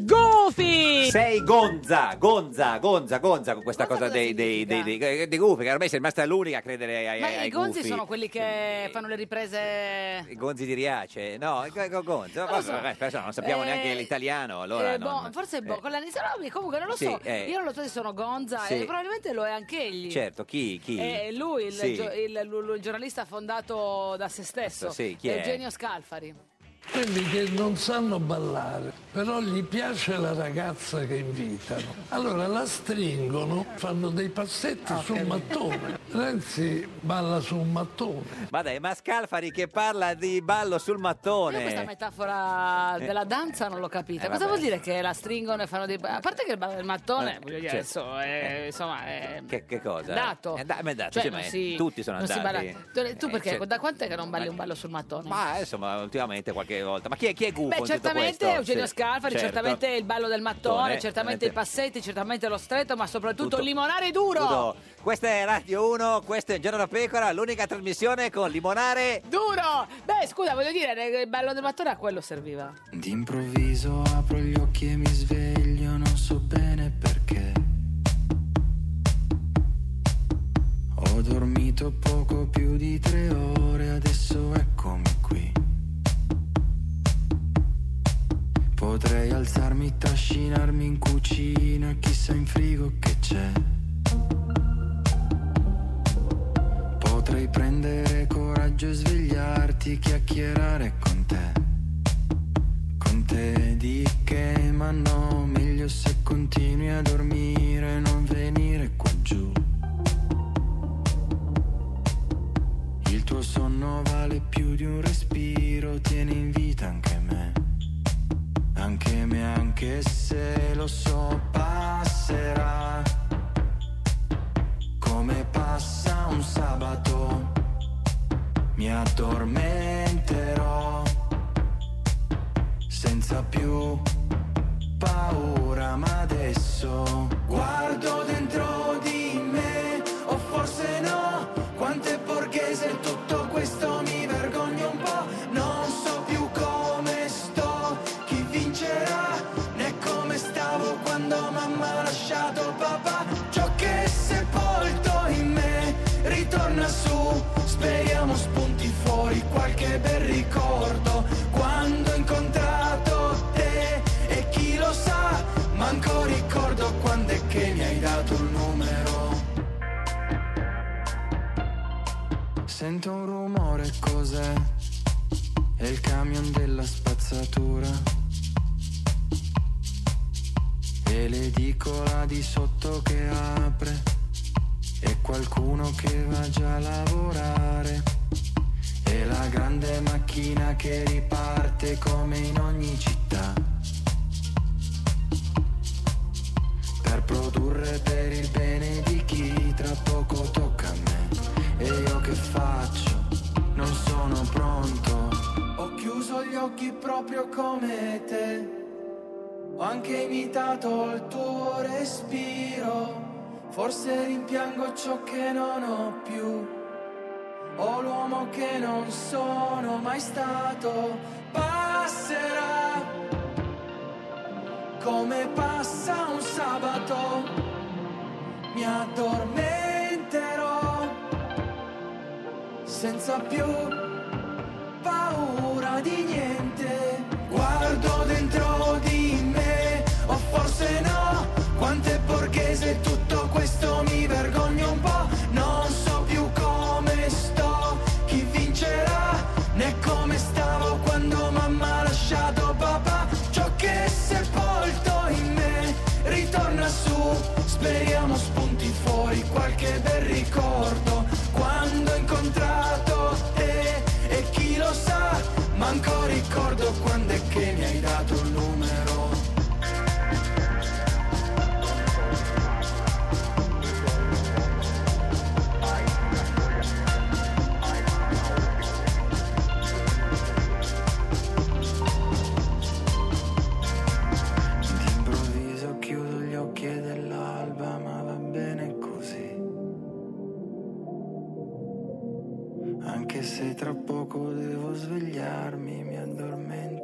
Goofy! Sei gonza, gonza, gonza, gonza con questa Gonza cosa cosa dei, dei, dei, significa? dei, eh, dei- dei gufi, che ormai sei rimasta l'unica a credere ai, Ma eh, ai- ai i gonzi gufi. sono quelli che fanno le riprese. I gonzi di Riace, no, i go- go- gonzo, Non lo vabbè, so. vabbè, però non sappiamo Eh, neanche l'italiano, allora Eh, non- boh, forse eh, boh, con la Nisarobi, comunque non lo Sì, so. eh. Io non lo so se sono Gonza Sì. e probabilmente lo è anche egli. Certo, chi, chi? Eh, lui, il, Sì. gio- il- il- il giornalista fondato da se stesso, eh, Sì, chi è? Eugenio Scalfari. Quelli che non sanno ballare, però gli piace la ragazza che invitano. Allora la stringono, fanno dei passetti sul mattone. Renzi balla su un mattone. Ma dai, ma Scalfari che parla di ballo sul Io questa mattone. metafora Eh. della danza non l'ho capita. Eh, Cosa vabbè. vuol dire che la stringono e fanno dei. A parte che il ballo del mattone, Eh, voglio dire, certo. Eh, adesso, è- insomma, è. Che, che cosa? È andato. È, da- Eh, ma è andato, Cioè, sì, non ma è- si- tutti sono non si andati. balla. Tu- Tu Eh, perché? certo. Da quanto è che non balli un ballo sul mattone? Ma insomma, ultimamente qualche volta. Ma chi è, chi è gufo in Beh, tutto certamente questo? Eugenio Sì, Scalfari, certo. certamente il ballo del mattone, Mattone, certamente i veramente. passetti, certamente lo stretto, ma soprattutto Tutto. limonare duro. Duro. Questa è Radio 1, questo è Giorno da Pecora, l'unica trasmissione con Limonare. Duro! Beh, scusa, voglio dire, il ballo del mattone a quello serviva. D'improvviso apro gli occhi e mi sveglio, non so bene perché. Ho dormito poco più di tre ore, adesso eccomi qui. Potrei alzarmi, trascinarmi in cucina, chissà in frigo che c'è. Potrei prendere coraggio e svegliarti, chiacchierare con te. Con te di che, ma no, meglio se continui a dormire, non venire qua giù. Il tuo sonno vale più di un respiro, tieni in vita anche me. Anche me, anche se lo so, passerà. Come passa un sabato, mi addormenterò senza più paura, ma adesso guardo dentro di me, o forse no, quanto è borghese tutto questo mi vergogno un po', non so più come sto, chi vincerà, né come stavo quando mamma ha lasciato papà, ciò che è sepolto in me ritorna su, speriamo spunti fuori qualche bel ricordo, quando ho incontrato te e chi lo sa, manco ricordo quando è che mi hai dato il numero. Sento un rumore, cos'è? È il camion della spazzatura. E l'edicola di sotto che apre. E qualcuno che va già a lavorare. E la grande macchina che riparte come in ogni città. Per produrre per il bene di chi tra poco tocca a me. E io che faccio? Non sono pronto. Ho chiuso gli occhi proprio come te. Ho anche imitato il tuo respiro. Forse rimpiango ciò che non ho più. Ho l'uomo che non sono mai stato. Passerà come passa un sabato. Mi addormenterò senza più paura di niente. Guardo dentro di me, o forse no, quanto è borghese tutto questo mi vergogno un po', non so più come sto, chi vincerà, né come stavo quando mamma ha lasciato papà, ciò che è sepolto in me ritorna su, speriamo spunti fuori qualche bel ricordo, quando ho incontrato te e chi lo sa, manco ricordo quando se tra poco devo svegliarmi mi addormento.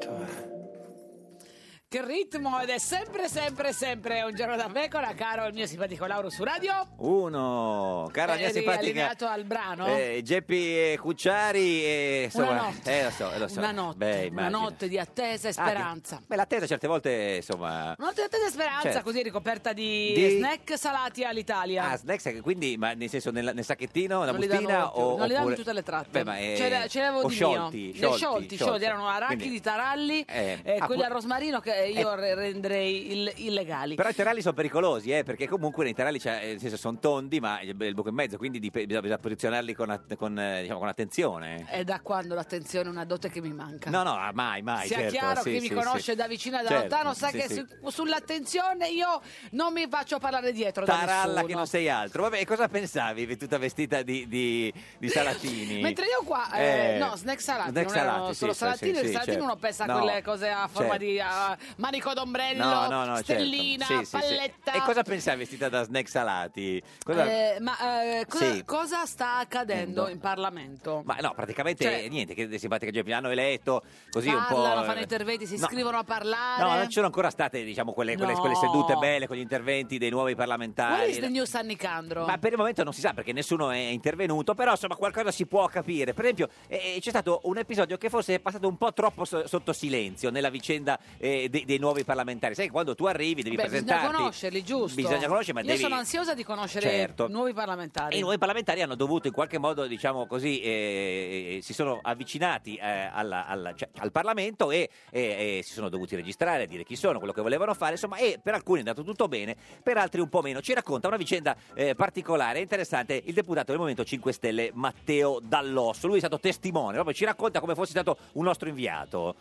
Che ritmo ed è sempre, sempre, sempre un giorno da pecora, caro il mio simpatico Lauro su radio. Uno, cara Eh, mia Eri simpatica. allineato al brano? Eh, Geppi e Cucciari e insomma, Una notte. eh, lo so, eh, lo so. Una notte, Beh, una immagino. notte di attesa e Ah, che- speranza. beh, l'attesa certe volte, insomma. Una notte di attesa e speranza, Certo. così ricoperta di, Di- snack salati all'Italia. Ah, snacks, quindi, ma nel senso, nella- nel sacchettino, nella non li danno bustina più, o. non li danno oppure- tutte le tratte. Beh, ma, eh, C'era- ce l'avevo o di sciolti, mio. Ne sciolti, sciolti, sciolti. erano arachidi, Quindi- taralli Eh, e ah, quelli pu- al rosmarino che io re- renderei il- illegali. Però i terrali sono pericolosi, eh, perché comunque nei terrali c'è- eh, nel senso, sono tondi, ma il, il buco in mezzo, quindi dip- bisogna, bisogna posizionarli con, att- con, eh, diciamo, con attenzione. È da quando l'attenzione è una dote che mi manca. No, no, ah, mai, mai. Sia certo, chiaro, sì, chi mi sì, conosce sì. da vicino e da Certo, lontano sa sì, che sì. su- sull'attenzione io non mi faccio parlare dietro da Taralla nessuno. che non sei altro. Vabbè, e cosa pensavi tutta vestita di, di, di Salatini? Mentre io qua, eh, Eh, no, snack salati, snack non erano salati, sì, solo sì, salatini, sì, perché sì, salatini certo. uno pensa a No, quelle cose a forma certo. di ah, manico d'ombrello, No, no, no, stellina, certo. Sì, sì, sì. palletta. E cosa pensavi vestita da snack salati? Cosa- Eh, ma eh, cosa, Sì. cosa sta accadendo Endo. in Parlamento? Ma no, praticamente Cioè- niente, che le simpatiche Geppi l'hanno eletto, così un Parlano, po'... eh, fanno interventi, si No. iscrivono a parlare. No, non ci sono ancora state, diciamo, quelle, quelle, No. quelle sedute belle con gli interventi dei nuovi What is parlamentari. the new San Nicandro? Ma per il momento non si sa perché nessuno è intervenuto, però insomma qualcosa si può capire. Per esempio eh, eh, c'è stato un episodio che forse è passato un po' troppo so- sotto silenzio nella vicenda eh, dei, dei nuovi parlamentari. Sai che quando tu arrivi devi Beh, bisogna presentarti... conoscerli, giusto? Bisogna conoscerli, ma Io devi... sono ansiosa di conoscere Certo. nuovi E parlamentari. i nuovi parlamentari hanno dovuto in qualche modo, diciamo così, eh, si sono avvicinati eh, alla- alla- cioè, al Parlamento e, e- e si sono dovuti registrare, dire chi sono, quello che volevano fare, insomma, e per alcuni è andato tutto bene, per altri un po' meno. Ci racconta una vicenda eh, particolare, interessante, il deputato del Movimento 5 Stelle Matteo Dall'Osso, lui è stato testimone, proprio ci racconta come fosse stato un nostro inviato.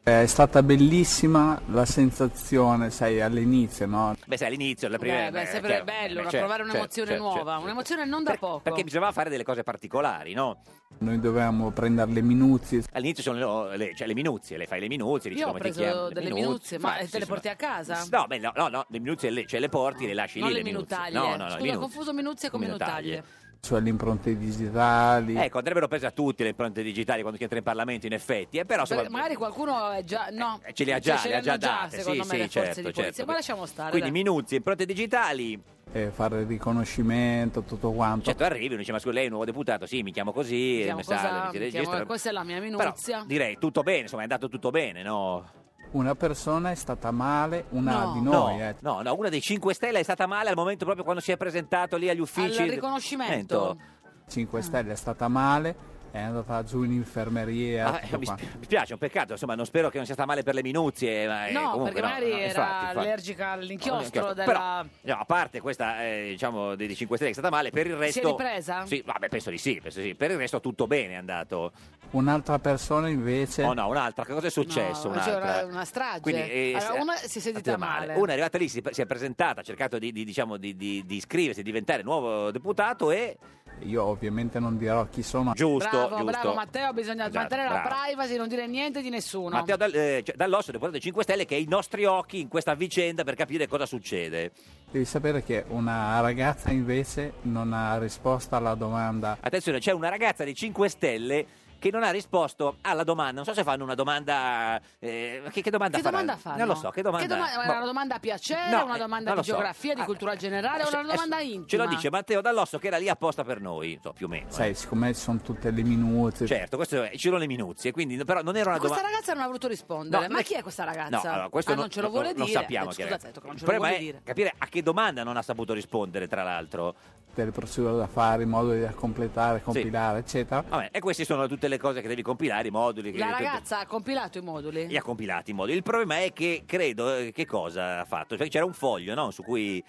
È stata bellissima la sensazione, sai, all'inizio, no? Beh, sai, all'inizio, la prima... Beh, beh, eh, sempre chiaro, bello, beh, no, certo, provare un'emozione certo, certo, nuova, certo. un'emozione non da poco. Perché bisognava fare delle cose particolari, no? Noi dovevamo prendere le minuzie. All'inizio sono le, le- cioè le minuzie, le fai le minuzie, dici Io ho come ti preso chiami, le delle minuzie, minuzie, ma fai, te sì, le sì, ma- porti a casa? No, beh, no, no, no, le minuzie le, cioè le porti, le lasci non lì le le minuzie. minutaglie. No, no, no, le Scusa, ho minuzie. confuso minuzie con Minutaglie. minutaglie. Cioè le impronte digitali. Ecco, andrebbero prese a tutti le impronte digitali quando si entra in Parlamento, in effetti, eh, però Perché insomma, magari qualcuno è già no, ce le ha già, Cioè, ce le ha già hanno date, secondo sì, me sì, le forze certo, di polizia, certo. ma lasciamo stare. quindi dai. minuzie, impronte digitali. E fare il riconoscimento, tutto quanto. Cioè tu arrivi, uno dice ma scusa, lei è un nuovo deputato, sì, mi chiamo così, eh, Vediamo mi salva, cosa- mi si vediamo- registra. questa è la mia Però minuzia. direi tutto bene, insomma, è andato tutto bene, no? Una persona è stata male, una No. di noi, no, eh. no, no, una dei 5 Stelle è stata male al momento proprio quando si è presentato lì agli uffici. Al riconoscimento. 5 Stelle è stata male, è andata giù in infermeria. Ah, eh, tutto mi, quanto. spi- mi piace, è un peccato, insomma, non spero che non sia stata male per le minuzie. Ma, eh, No, comunque perché magari no, no, era infatti, infatti. allergica all'inchiostro No, della- Però, no, a parte questa, eh, diciamo, dei 5 Stelle che è stata male, per il resto... ripresa? Sì, vabbè, penso di sì, penso di sì. Per il resto tutto bene è andato. Un'altra persona invece... Oh no, un'altra, che cosa è successo? No, c'è un'altra? una- una strage. Allora, eh, se- una si è sentita male. Una è arrivata lì, si, si è presentata, ha cercato di, di, diciamo, di, di, di iscriversi, di diventare nuovo deputato e... Io ovviamente non dirò chi sono. Giusto, bravo, giusto. bravo Matteo, bisogna Esatto, mantenere la bravo. privacy, non dire niente di nessuno. Matteo Dal- eh, cioè, Dall'Osso, deputato dei 5 Stelle, che è i nostri occhi in questa vicenda per capire cosa succede. Devi sapere che una ragazza invece non ha risposto alla domanda Attenzione, c'è una ragazza dei 5 Stelle che non ha risposto alla domanda. Non so se fanno una domanda. eh, che, che domanda che farà? domanda fanno? Non lo so, che domanda. doma- boh. Era una domanda a piacere, No, una eh, domanda non di lo so. geografia, di Ah, cultura generale, Adesso- una domanda adesso intima. Ce lo dice Matteo Dall'Osso che era lì apposta per noi, non so, più o meno. eh. Sai, siccome ci sono tutte le minuzie, Certo, questo è, c'erano le minuzie, quindi però non era una Questa domanda. ragazza non ha voluto rispondere. No, Ma non è- chi è questa ragazza? No, allora, questo ah, non ce lo vuole Non dire. sappiamo Eh, chi è. scusa, ha detto che non ce Il lo vuole problema è dire. capire a che domanda non ha saputo rispondere, tra l'altro. tutte le procedure da fare, in modo da completare, compilare, eccetera. Vabbè, e queste sono tutte le cose che devi compilare, i moduli. che- La ragazza ha compilato i moduli? Li ha compilati in modo. Il problema è che credo eh, che cosa ha fatto? Perché c'era un foglio, no? Su cui.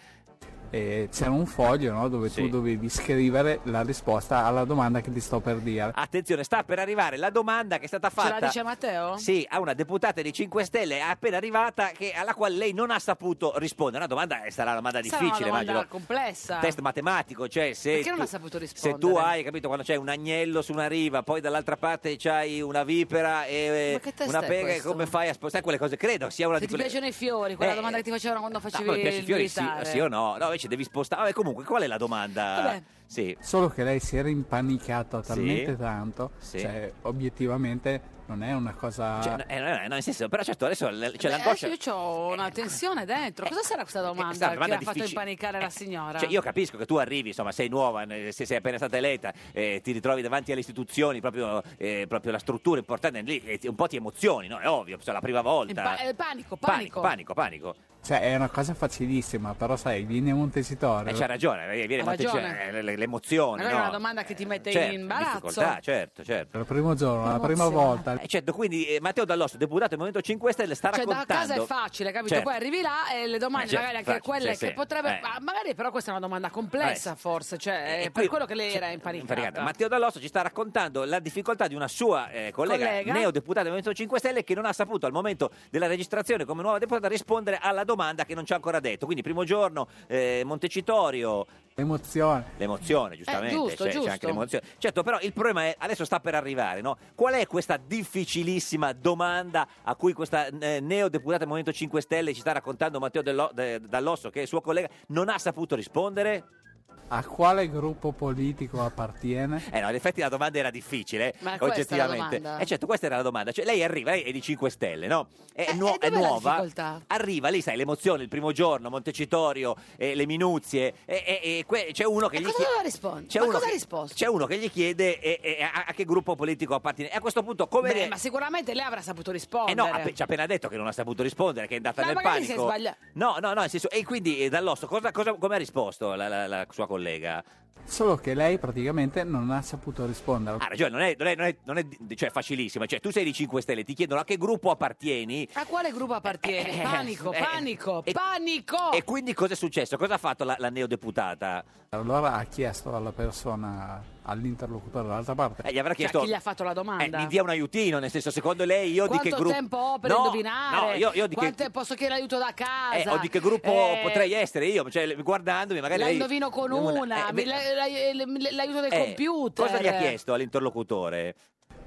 E c'era un foglio no, dove Sì. tu dovevi scrivere la risposta alla domanda che ti sto per dire. Attenzione, sta per arrivare la domanda che è stata Ce fatta. la dice Matteo? Sì, a una deputata di 5 Stelle è appena arrivata che- alla quale lei non ha saputo rispondere. Una domanda eh, sarà una domanda Sarà difficile, una domanda immagino. complessa. Test matematico, cioè se Perché tu, non ha saputo se rispondere? tu hai capito quando c'è un agnello su una riva, poi dall'altra parte c'hai una vipera e Ma che test una è pega, questo? come fai a spostare quelle cose? Credo sia una Se di ti quelle piacciono i fiori, quella Eh, domanda che ti facevano quando No, facevi ma mi piace i il fiori, sì, militare. sì o no? No, invece devi spostare. Vabbè, comunque, qual è la domanda? Vabbè. Sì. Solo che lei si era impanicata talmente tanto, Sì. cioè obiettivamente non è una cosa... Cioè, no, eh, no, no, nel senso, però certo adesso l- c'è Beh, l'angoscia. Eh, Eh, Io ho una tensione dentro. Cosa sarà questa domanda questa è una che domanda ha fatto difficile. impanicare la signora? Cioè, io capisco che tu arrivi, insomma, sei nuova, eh, se sei appena stata eletta, eh, ti ritrovi davanti alle istituzioni, proprio, eh, proprio la struttura importante, lì eh, ti- un po' ti emozioni, no? È ovvio, cioè, la prima volta. Pa- eh, panico, panico, panico. panico, panico. Cioè, è una cosa facilissima, però sai, vieni a Montecitorio... Eh, c'ha ragione, eh, viene Ha molto- ragione. cioè, eh, l- l'emozione, Magari è no? una domanda che ti mette Certo, in imbarazzo. difficoltà, certo, certo. Il primo giorno, la prima Emozione. volta... Eh, certo, quindi eh, Matteo Dall'Osso, deputato del Movimento 5 Stelle, sta Cioè, da raccontando... casa è facile, capito? Certo. Poi arrivi là e le domande, Eh, certo, magari anche facile, quelle sì, che sì, potrebbe. eh. ma magari, però, questa è una domanda complessa, Eh, forse. Cioè, e per poi- quello che lei era Infaticata. impanicata. Matteo Dall'Osso ci sta raccontando la difficoltà di una sua eh, collega, Collega. neodeputata del Movimento 5 Stelle che non ha saputo al momento della registrazione come nuova deputata rispondere alla domanda che non ci ha ancora detto. Quindi primo giorno eh, Montecitorio L'emozione. L'emozione, giustamente, Eh, giusto, c'è, c'è giusto. anche l'emozione. Certo, però il problema è adesso sta per arrivare, no? Qual è questa difficilissima domanda a cui questa eh, neodeputata del Movimento 5 Stelle ci sta raccontando Matteo Dello- de- Dall'Osso che è suo collega non ha saputo rispondere? A quale gruppo politico appartiene? Eh no, in effetti la domanda era difficile, eh, Ma questa è la oggettivamente. domanda? Eh certo, questa era la domanda. Cioè, lei arriva, lei è di 5 Stelle, no? È, nuo- è Eh, dov'è la nuova. difficoltà? Arriva lì, sai, l'emozione, il primo giorno, Montecitorio, eh, le minuzie, e, e- e que- c'è uno che gli Cosa chiede- doveva rispondere? C'è ma uno cosa che- ha risposto? C'è uno che gli chiede eh, eh, a, a che gruppo politico appartiene. E a questo punto, come. Beh, le- ma sicuramente lei avrà saputo eh rispondere. no, app- ci ha appena detto che non ha saputo rispondere, che è andata Ma nel magari si è panico. sbagliata. No, no, no, nel senso, e quindi eh, dall'osso, cosa, cosa- come ha risposto la, la- la sua collega? Solo che lei praticamente non ha saputo rispondere. Ha ragione, cioè, non è, non è- non è- non è- cioè, facilissima. Cioè, tu sei di 5 Stelle, ti chiedono a che gruppo appartieni. A quale gruppo appartiene? cioè, Eh, Panico, eh, panico, panico! Cioè, E quindi cosa è successo? Cosa ha fatto la, la neodeputata? Eh, Allora ha chiesto alla persona, all'interlocutore dall'altra parte. Eh, gli avrà Cioè, chiesto. chi gli ha fatto la eh, domanda? mi dia un aiutino, nel senso, secondo lei io Quanto di che gruppo. tempo ho per no, indovinare? No, io, io di che. Quante- Posso chiedere aiuto da eh, casa? o di che gruppo Eh, potrei essere io? Cioè, guardandomi, magari. La lei- indovino con una, eh, mi- beh, la- la- l'aiuto del eh, computer. Cosa gli ha chiesto all'interlocutore?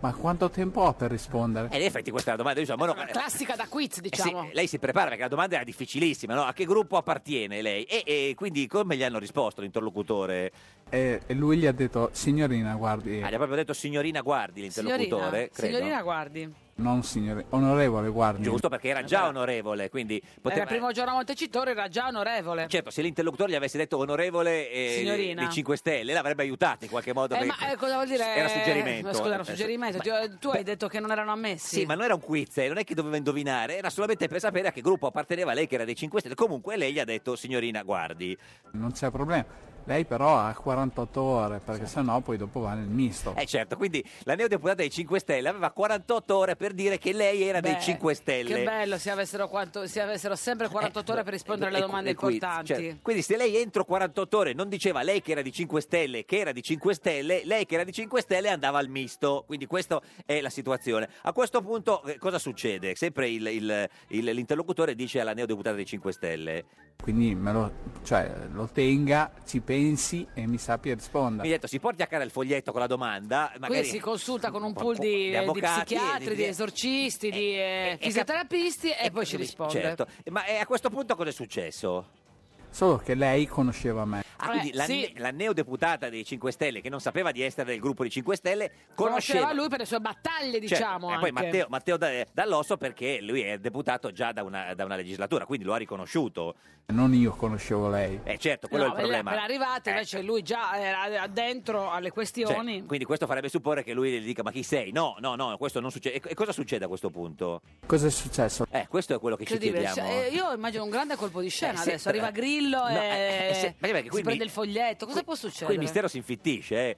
Ma quanto tempo ho per rispondere? E in effetti questa è la domanda. Io, so, ma no, eh, Classica da quiz, eh, sì, diciamo. lei si prepara perché la domanda era difficilissima, no? A che gruppo appartiene lei? E, e quindi come gli hanno risposto l'interlocutore? E, e lui gli ha detto, signorina, guardi, Ah, gli ha proprio detto signorina guardi l'interlocutore, signorina, credo. signorina, guardi. non signore, onorevole, guardi. Giusto perché era già onorevole, quindi Era poteva... il Eh, primo giorno a Montecitorio, era già onorevole. Certo, se l'interlocutore gli avesse detto onorevole eh, Signorina. di 5 Stelle, l'avrebbe aiutato in qualche modo. Eh, ma perché- eh, cosa vuol dire? Era suggerimento. Eh, Scusa, era un Nel senso- suggerimento. Ti- tu hai detto che non erano ammessi. Sì, ma non era un quiz, eh, non è che doveva indovinare, era solamente per sapere a che gruppo apparteneva lei che era dei 5 Stelle. Comunque lei gli ha detto signorina guardi. Non c'è problema. Lei però ha 48 ore, perché sennò poi dopo va nel misto. Eh certo, quindi la neodeputata dei 5 Stelle aveva 48 ore per dire che lei era Beh, dei 5 Stelle. Che bello se avessero, quanto- se avessero sempre 48 ore per rispondere alle Eh, E- domande e qui- importanti. cioè, quindi se lei entro 48 ore non diceva lei che era di 5 Stelle, che era di 5 Stelle, lei che era di 5 Stelle andava al misto. Quindi questa è la situazione. A questo punto eh, cosa succede? Sempre il- il- il- l'interlocutore dice alla neodeputata dei 5 Stelle. Quindi me lo, cioè, lo tenga, ci pensi e mi sappia rispondere. Mi ha detto si porti a casa il foglietto con la domanda. Magari... Quindi si consulta con un pool po- di, di eh, di avvocati, psichiatri, di- di esorcisti, di eh, e- fisioterapisti e, poi ci risponde. Certo, ma eh, a questo punto cosa è successo? Solo che lei conosceva me. Ah, quindi la, ne- la neodeputata dei 5 Stelle, che non sapeva di essere del gruppo dei 5 Stelle, conosceva, Conosceva lui per le sue battaglie, Certo, diciamo. E poi anche. Matteo, Matteo Da- Dall'Osso perché lui è deputato già da una, da una legislatura, quindi lo ha riconosciuto. Non io conoscevo lei. Eh, certo, quello No, è il problema. Eh, appena arrivato, invece lui già era dentro alle Cioè, questioni. quindi questo farebbe supporre che lui le dica ma chi sei? No, no, no, questo non succede. E, e cosa succede a questo punto? Cosa è successo? Eh, questo è quello che ci Incredibile. chiediamo. Cioè, eh, io immagino un grande colpo di scena Eh, sì, adesso. però- Arriva Grillo No, e eh, eh, sì, ma perché qui si mi- prende il foglietto. Cosa può succedere? Qui il mistero si infittisce, eh.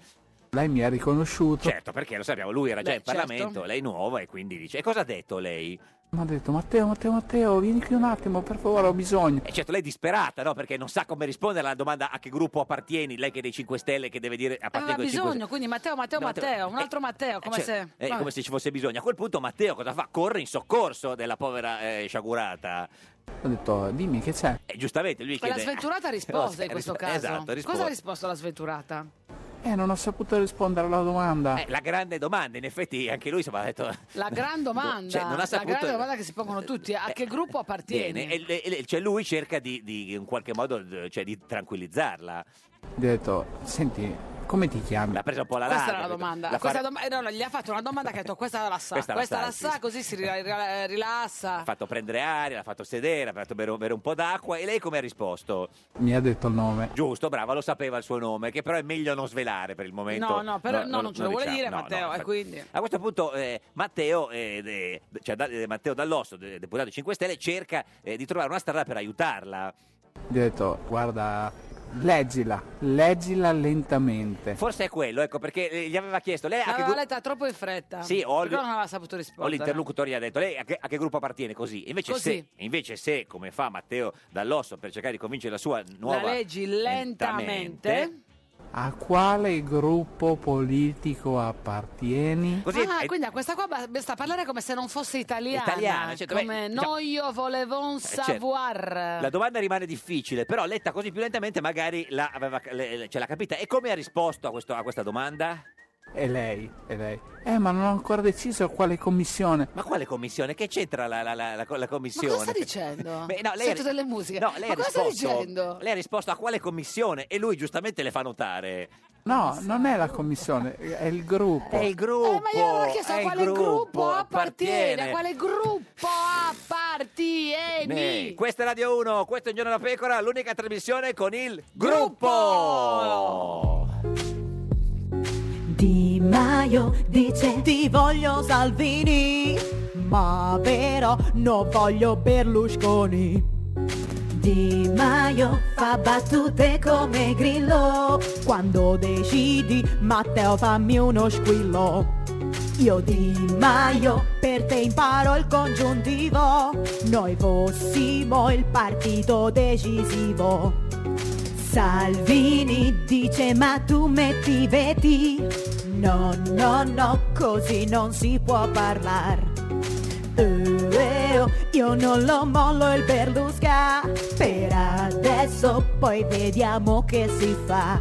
Lei mi ha riconosciuto. certo, perché lo sappiamo, lui era già Beh, in Parlamento, certo. lei è nuova e quindi dice... E cosa ha detto lei? Mi ha detto Matteo, Matteo, Matteo, vieni qui un attimo, per favore, ho bisogno. E certo, lei è disperata, no? Perché non sa come rispondere alla domanda a che gruppo appartieni, lei che è dei 5 Stelle, che deve dire Aveva appartengo ai 5 bisogno, Stelle. quindi Matteo, Matteo, No, Matteo, Matteo, un eh, altro Matteo, come Cioè, se... eh, vabbè. come se ci fosse bisogno. A quel punto Matteo cosa fa? Corre in soccorso della povera eh, sciagurata. Ho detto, Eh. dimmi che c'è. E giustamente lui Quella chiede... sventurata ha No, risposto se- in questo rispo- caso. Esatto, Cosa ha risposta. risposto la sventurata? Eh, non ho saputo rispondere alla domanda. Eh, la grande domanda, in effetti anche lui insomma, ha detto... La gran domanda, Cioè, non ha saputo- Eh, la grande domanda che si pongono tutti, a che gruppo appartieni? Bene, e, e- e- cioè, lui cerca di, di, in qualche modo d- cioè, di tranquillizzarla. Gli ho detto, senti, come ti chiami? L'ha presa un po' la Questa era la capito? domanda. La Questa fare- doma- eh, no, no, gli ha fatto una domanda che ha detto questa la sa, Questa questa, la sa, la sì, sa, sì. così si ri- ri- rilassa. L'ha fatto prendere aria, l'ha fatto sedere, l'ha fatto bere, bere un po' d'acqua e lei come ha risposto? Mi ha detto il nome. Giusto, brava, lo sapeva il suo nome, che però è meglio non svelare per il momento. No, no, però no, non non ce lo vuole diciamo. dire No, no, Matteo, e infatti. quindi... A questo punto eh, Matteo, eh, de- cioè, da- eh, Matteo Dall'Osso, de- deputato 5 Stelle, cerca eh, di trovare una strada per aiutarla. Gli ho detto, guarda, leggila, leggila lentamente. Forse è quello, ecco, perché eh, gli aveva chiesto... Lei a che L'aveva gru- letta troppo in fretta. Sì, ho il- Perché non aveva saputo o rispondere. l'interlocutore gli ha detto lei a che, a che gruppo appartiene così invece, Così. Se, invece se come fa Matteo Dall'Osso per cercare di convincere la sua nuova La leggi lentamente. A quale gruppo politico appartieni? ah, quindi a questa qua ba- basta parlare come se non fosse italiana. Italiana, certo, beh, come diciamo- no, io volevo un certo. savoir. La domanda rimane difficile, però letta così più lentamente magari la, aveva- le- le- ce l'ha capita. E come ha risposto a, questo- a questa domanda? E lei, e lei. Eh, ma non ho ancora deciso a quale commissione. Ma quale commissione? Che c'entra la, la- la- la- la commissione? Ma cosa sta dicendo? Beh, no, lei Sento ha- delle musiche. No, lei Ma ha cosa sta risposto- dicendo? Lei ha risposto a quale commissione? E lui giustamente le fa notare. No, non è la commissione, è il gruppo. È il gruppo. Eh, ma io avevo chiesto è a il quale gruppo, appartiene, a appartiene. quale gruppo appartieni. Eh, Questa è Radio 1, questo è Il Giorno della Pecora, l'unica trasmissione con il gruppo. Di Maio dice ti voglio Salvini, ma però non voglio Berlusconi. Di Maio fa battute come Grillo, quando decidi Matteo fammi uno squillo. Io Di Maio per te imparo il congiuntivo, noi fossimo il partito decisivo. Salvini dice ma tu metti veti No, no, no, così non si può parlare oh, Io non lo mollo il Berlusca Per adesso poi vediamo che si fa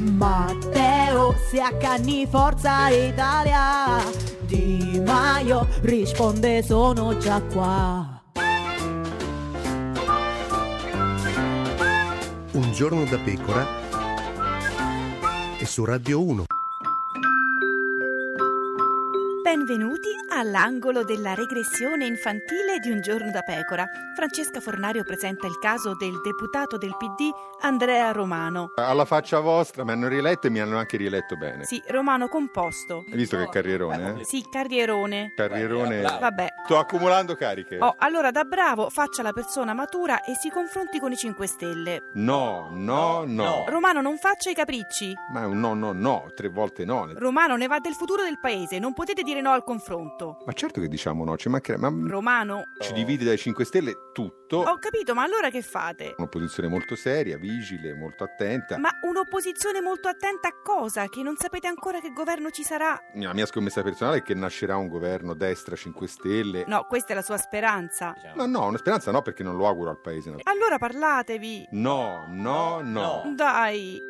Matteo si accanni Forza Italia Di Maio risponde sono già qua Un giorno da pecora e su Radio 1. Benvenuti all'angolo della regressione infantile di Un giorno da pecora. Francesca Fornario presenta il caso del deputato del PD Andrea Romano. Alla faccia vostra, mi hanno riletto e mi hanno anche riletto bene. Sì, Romano composto. Hai visto che carrierone, eh? Sì, carrierone. Carrierone. Vabbè. Sto accumulando cariche. Oh, allora da bravo faccia la persona matura e si confronti con i 5 Stelle. No, no, no. Romano non faccia i capricci. Ma è un no, no, no, tre volte no. Romano ne va del futuro del paese, non potete dire no al confronto. Ma certo che diciamo no, ci mancherebbe. Ma Romano. ci divide dai 5 Stelle tutto. Ho capito, ma allora che Eh. fate? Un'opposizione molto seria, vigile, molto attenta. Ma un'opposizione molto attenta a cosa? Che non sapete ancora che governo ci sarà? La mia scommessa personale è che nascerà un governo destra 5 Stelle. No, questa è la sua speranza. Diciamo. No, no, una speranza no, perché non lo auguro al paese. no. Allora parlatevi. No, no, no. Dai.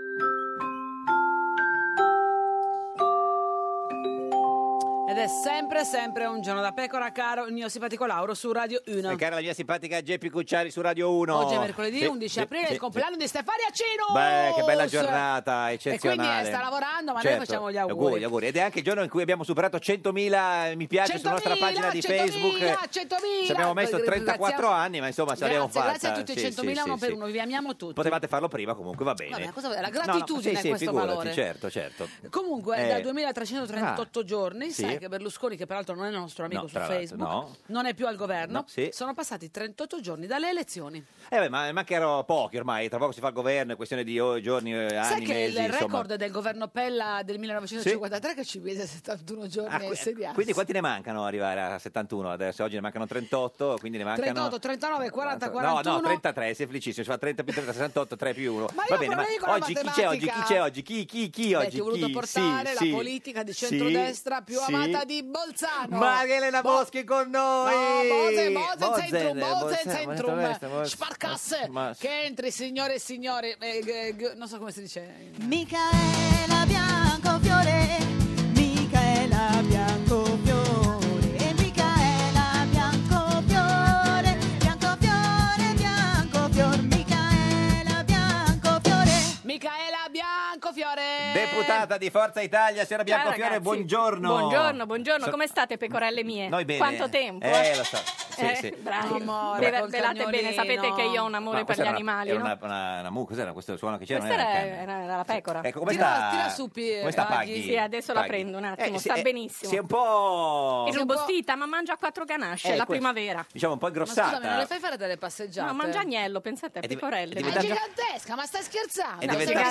Ed è sempre, sempre un giorno da pecora, caro il mio simpatico Lauro su Radio 1. E cara la mia simpatica Geppi Cucciari su Radio 1. Oggi è mercoledì 11 aprile, sì, il compleanno di Stefania Cino. Beh, che bella giornata, eccezionale. E quindi eh, sta lavorando, ma Certo, noi facciamo gli auguri. auguri. Ed è anche il giorno in cui abbiamo superato 100.000 mi piace sulla nostra 100.000, pagina di 100.000, Facebook. 100.000. Ci abbiamo messo Ringraziamo- 34 anni, ma insomma ce l'abbiamo Grazie, fatta. grazie a tutti, Sì, 100.000 sì, uno sì, per sì. uno, vi amiamo tutti. Potevate farlo prima, comunque va bene. Vabbè, cosa vuole- la No, no, gratitudine sì, è sì, questo figurati, valore. Certo, certo. Comunque, Eh, Ah. da 2338 giorni, Sì. sai che Berlusconi, che peraltro non è nostro amico No, su tra l'altro, Facebook, no. non è più al governo, No, sì. sono passati 38 giorni dalle elezioni. Eh beh, ma mancano pochi ormai, tra poco si fa il governo, è questione di oh, giorni, eh, anni, sai che mesi, il insomma. record del governo Pella del 1953 che ci vede 71 giorni Ah, a qui- insediarsi. quindi quanti ne mancano arrivare a 71 adesso? Oggi ne mancano 38, quindi ne mancano... 38, 39, 40, No, 41. no, 33, è semplicissimo, si fa 30 più 30, 68, 3 più 1. Ma io Va ho bene, ma problemi con la oggi chi c'è oggi? Chi matematica. c'è oggi? Chi, chi, chi Beh, oggi? ti ho voluto Chi? portare Sì, la sì, politica di sì, centrodestra più sì. amata di Bolzano. Maria Elena Bo- Boschi con noi! No, Mose, Mose, Mose, Centrum, Mose, Mose, Mose, Centrum, Mose, Mose. Sparcasse, Ma- che entri signore e signori, eh, g- g- non so come si dice. Micaela Biancofiore, Micaela Biancofiore, Micaela Biancofiore, Biancofiore, Biancofiore, Micaela Biancofiore. Micaela puntata di Forza Italia. Sera Ciao, Biancofiore, ragazzi. buongiorno. Buongiorno, buongiorno. So- Come state, pecorelle mie? Noi bene. Quanto tempo? Eh, lo so. Sì, Eh, sì. bravi. Amore, Beve- col velate bene, cagnolino. sapete che io ho un amore No, per gli questa era animali, Era no? una, una, una mu, cos'era questo suono che c'era? Questa Non era, era il cane. era- era la pecora. Ecco, come Tira- sta- tira su, Pier, come sta Paghi? Paghi? Sì, adesso la Paghi. prendo un attimo, Eh, si- sta eh, benissimo. si è un po'... È robustita, ma mangia quattro ganasce, Eh, è la questo. primavera. Diciamo un po' ingrossata. fare delle passeggiate? No, mangia agnello, pensate a È div- pecorelle. è diventata- Ma è gigantesca, ma stai scherzando? È diventata-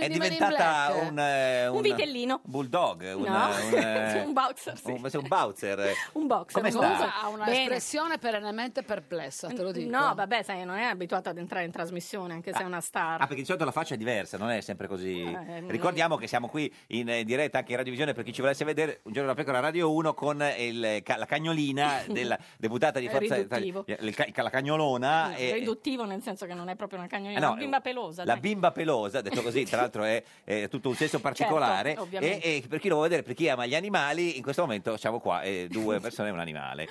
È diventata un, eh, Un vitellino. bulldog, un, No. eh, un, eh, Un boxer, sì. un- sì, un bouncer. Un boxer. Come un sta? boxer. Ha Ah, una Bene. espressione perennemente perplessa, te lo dico. No, vabbè, sai, non è abituata ad entrare in trasmissione, anche se è una star. Ah, perché di solito la faccia è diversa, non è sempre così. Eh, Ricordiamo che siamo qui in eh, diretta anche in radiovisione per chi ci volesse vedere un giorno la pecora Radio 1 con eh, il ca- la cagnolina della deputata di È Forza riduttivo. il ca- la cagnolona. È e- riduttivo nel senso che non è proprio una cagnolina, Eh, è no, una bimba pelosa. La dai. bimba pelosa, detto così, tra l'altro è, è tutto un senso particolare. e, Certo, ovviamente. e per chi lo vuole vedere, per chi ama gli animali, in questo momento siamo qua, eh, due persone e un animale.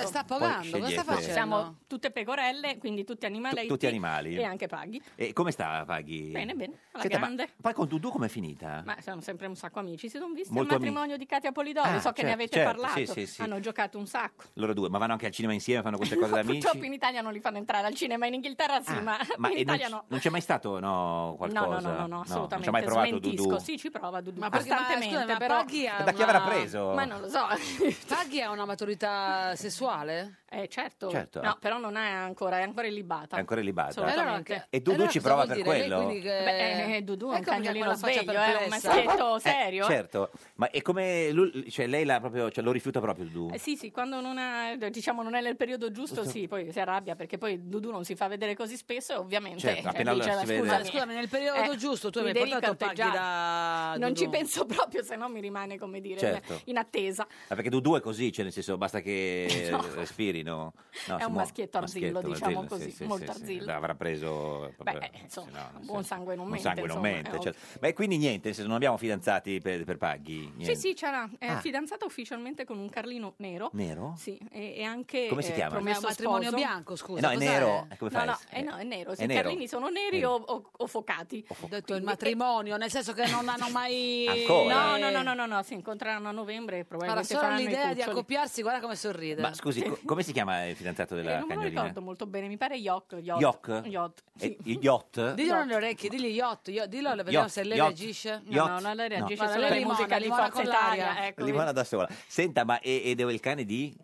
Ecco. Sta Poi pagando, cosa sta scegliete. facendo? Siamo tutte pecorelle, quindi tutti animali. tutti animali. E anche paghi. E come sta Paghi? Bene, bene, alla Senta, ma grande. poi con Dudu com'è finita? Ma sono sempre un sacco amici. Si sono visti al Molto matrimonio di Katia Polidori, Ah, so che ne certo, avete certo, parlato. sì, sì, sì. Hanno giocato un sacco. Loro due, ma vanno anche al cinema insieme, fanno queste cose da amici? Ah, Purtroppo in Italia non li fanno entrare al cinema, in Inghilterra sì, ma, Ma in e non, Italia c- no. non c'è mai stato no, No, no, qualcosa? no, no, no, assolutamente. non c'è mai provato Smentisco. Dudu. Sì, ci prova Dudu. Ma perché- ma costantemente, scusa, ma però... Paghi ha Da chi avrà preso? Ma non lo so. Paghi ha una maturità sessuale? Eh, certo. Certo. No, però non è ancora, è ancora illibata. È ancora illibata. Assolutamente. Allora che- E Dudu cosa ci prova vuol per dire? Lei quello? quindi che- Beh, eh, Dudu è un Ecco perché cagnolino quella faccia sveglio, è un perplessa. maschietto Eh, serio. certo, ma e come lui, cioè lei l'ha proprio, cioè, lo rifiuta proprio Dudu? Eh, sì, sì, quando non, ha- diciamo, non è nel periodo giusto, Giusto. sì, poi si arrabbia perché poi Dudu non si fa vedere così spesso e ovviamente eh, Certo, appena lo cioè, dice, si vede- "Scusami, Scusami, nel periodo eh, giusto tu mi mi hai devi portato Paghi corteggiare". da Non ci Dudu. penso proprio, se no mi rimane, come dire, Certo. in attesa. Ma perché Dudu è così, cioè nel senso basta che No. eh, respiri, no? No, È si un muo- maschietto arzillo, diciamo così, molto arzillo. Avrà preso... Beh, proprio- eh, insomma, buon sangue non Un mente. sangue non insomma, mente, è ovvio. certo. Ma e quindi niente, nel senso, non abbiamo fidanzati per, per Paghi? Sì, niente. sì, c'era. È Ah. fidanzata ufficialmente con un Carlino nero. Nero? Sì, e, e anche. Come si eh, chiama? promesso Ma è un matrimonio sposo. bianco, scusa, Eh no, è cos'è? nero. Eh, come no, fai? no, eh no, è nero. È Se I nero. Carlini sono neri Nero. o, o- o focati. Ho detto il matrimonio, nel senso che non hanno mai... Ancora? No, no, no, no, no, no, si incontreranno a novembre e Guarda, probabilmente solo faranno i l'idea di cuccioli. accoppiarsi, guarda come sorride. Ma scusi, co- come si chiama il fidanzato Eh, della non me lo cagnolina? ricordo molto bene, mi pare Yok. Yok. Yoc? Yacht, Eh, sì. il yacht? Diglielo nelle orecchie, digli yacht, yacht dillo, vediamo Yacht, se lei yacht, reagisce. No, yacht. no, lei reagisce Guarda, solo lei alla limona, musica di limona Forza con Italia, l'aria. ecco. Limona da sola. Senta, ma e- ed è il cane di?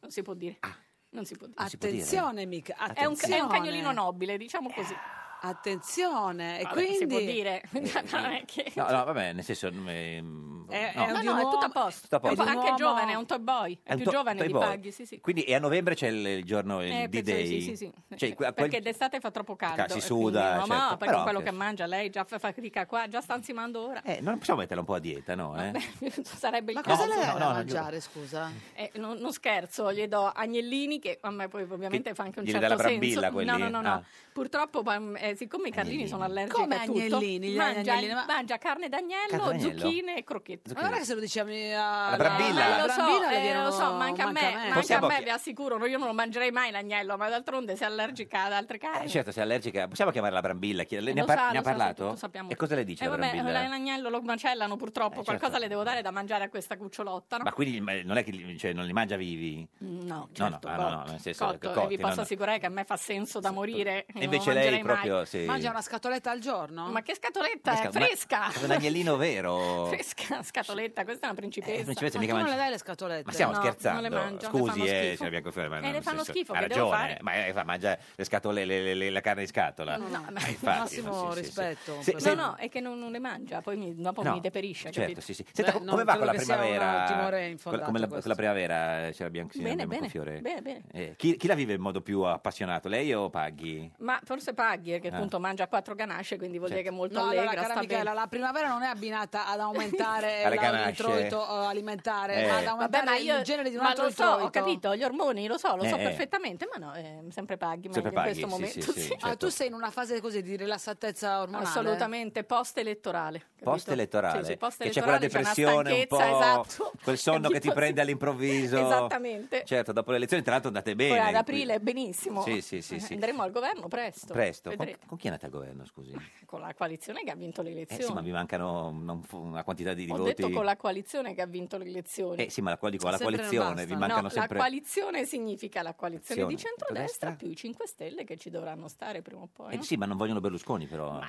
Non si può dire. Ah. Non si può dire. si può dire. Attenzione, mica. È un, è un attenzione. cagnolino nobile, diciamo così. Attenzione, e Vabbè, quindi... Si può dire. Eh, Non è che- No, no, vabbè, nel senso... mm, ehm, Eh, Eh, È, no. no, no, è tutto a posto. Tutto a posto. È un po' anche Uomo. giovane, è un toy boy. È, È un più to- giovane toy di boy. Paghi, sì, sì. Quindi e a novembre c'è il, il giorno, il Eh, penso di D-Day? sì, sì, sì. Cioè, que- a quel- Perché d'estate fa troppo caldo. si e suda, quindi, no, ma certo. poi Però con quello anche- che mangia lei già fa fatica qua, già sta ansimando ora. Eh, non possiamo metterla un po' a dieta, no? eh? Sarebbe il Ma cosa caso. le dai no, da no, mangiare, scusa? Eh, non, non scherzo, gli do agnellini che a me poi ovviamente Che fa anche un gli certo dà la senso. brambilla, No, quelli? no, no, no. Ah. Purtroppo ma, eh, siccome i carlini sono allergici Come a tutto, agnellini? Gli dai mangia, agnellini, ma- mangia carne d'agnello, Carne d'agnello? zucchine e crocchette. Ma guarda che se lo diciamo alla Brambilla. Eh, lo so, Brambilla le eh, viene- lo so, ma anche a me, ma anche a Possiamo me chi- vi assicuro, no, io non lo mangerei mai l'agnello, ma d'altronde sei allergica ad altre carni. Eh, certo, sei allergica. Possiamo chiamarla Brambilla? Chi- lei ne, Eh, Lo ha par- sa, ne ha lo sa, parlato? tutto sappiamo. E cosa le dice Eh, la vabbè, Brambilla? l'agnello lo macellano purtroppo, Eh, certo. qualcosa le devo dare da mangiare a questa cucciolotta, no? Ma quindi ma non è che li- cioè, non li mangia vivi? No, No, certo, no, ah, no, no, nel senso cotto, che e cotti, vi no, posso no. assicurare che a me fa senso da morire. E non invece lo lei mangerei mai. proprio, sì. Mangia una scatoletta al giorno? Ma che scatoletta, Una è sca- una- fresca! un agnellino vero. fresca, scatoletta, questa è una principessa. Eh, principessa, Ma mica tu non mangi- le dai le scatolette? Ma stiamo no, scherzando? Non le mangio, le Scusi, fanno eh, schifo. signora Biancofiore, ma Eh, non- le nel fanno senso- schifo, Ha che devo ragione, fare? ma eh, fa- mangia le scatole, le, le- le- la carne in scatola. No, no, ma- Eh, infatti, Massimo sì, sì, sì. rispetto. Se- se- no, no, è che non, non le mangia, poi mi, dopo No, mi deperisce, certo, capito? sì, sì. Senta, Beh, co- no, come va con credo la che sia un primavera? timore infondato come la, questo. con la primavera c'era Bianc- signora Bene, bene, Biancofiore? bene, bene. Eh, chi, chi la vive in modo più appassionato, lei o Paghi? Ma forse paghi, eh, che Ah. Certo. appunto mangia quattro ganasce, quindi vuol dire che è molto No, allora, allegra, cara sta Michela, bene. la primavera non è abbinata ad aumentare Alle la- ganasce. l'introito eh, alimentare, Eh. ma ad Vabbè, aumentare ma io- il genere di un ma altro lo so, introito. ho capito, gli ormoni, lo so, lo so Eh, eh. perfettamente, ma no, eh, sempre paghi, meglio Sempre in questo paghi, sì, momento. sì, sì, sì. Ah, certo. tu sei in una fase così di rilassatezza ormonale? Assolutamente, post-elettorale. capito? Post-elettorale, Sì, sì, che c'è post-elettorale, c'è una quella depressione, un po' stanchezza, esatto. quel sonno che ti prende all'improvviso. Esattamente. Certo, dopo le elezioni, tra l'altro, andate bene. Poi ad aprile benissimo. Sì, sì, sì, sì. Andremo al governo presto. Presto, con, Vedrete. Con chi è andata al governo, scusi? Con la coalizione che ha vinto le Eh, elezioni. sì, ma mi mancano non fu- una quantità di, di Ho voti. detto con la coalizione che ha vinto le elezioni. Eh sì, ma la quali- con la Sempre non coalizione, basta. vi mancano no, sempre- La coalizione significa la coalizione di Azione, centrodestra centrodestra. più i 5 Stelle che ci dovranno stare prima o poi. Eh no? sì, ma non vogliono Berlusconi, però. Eh,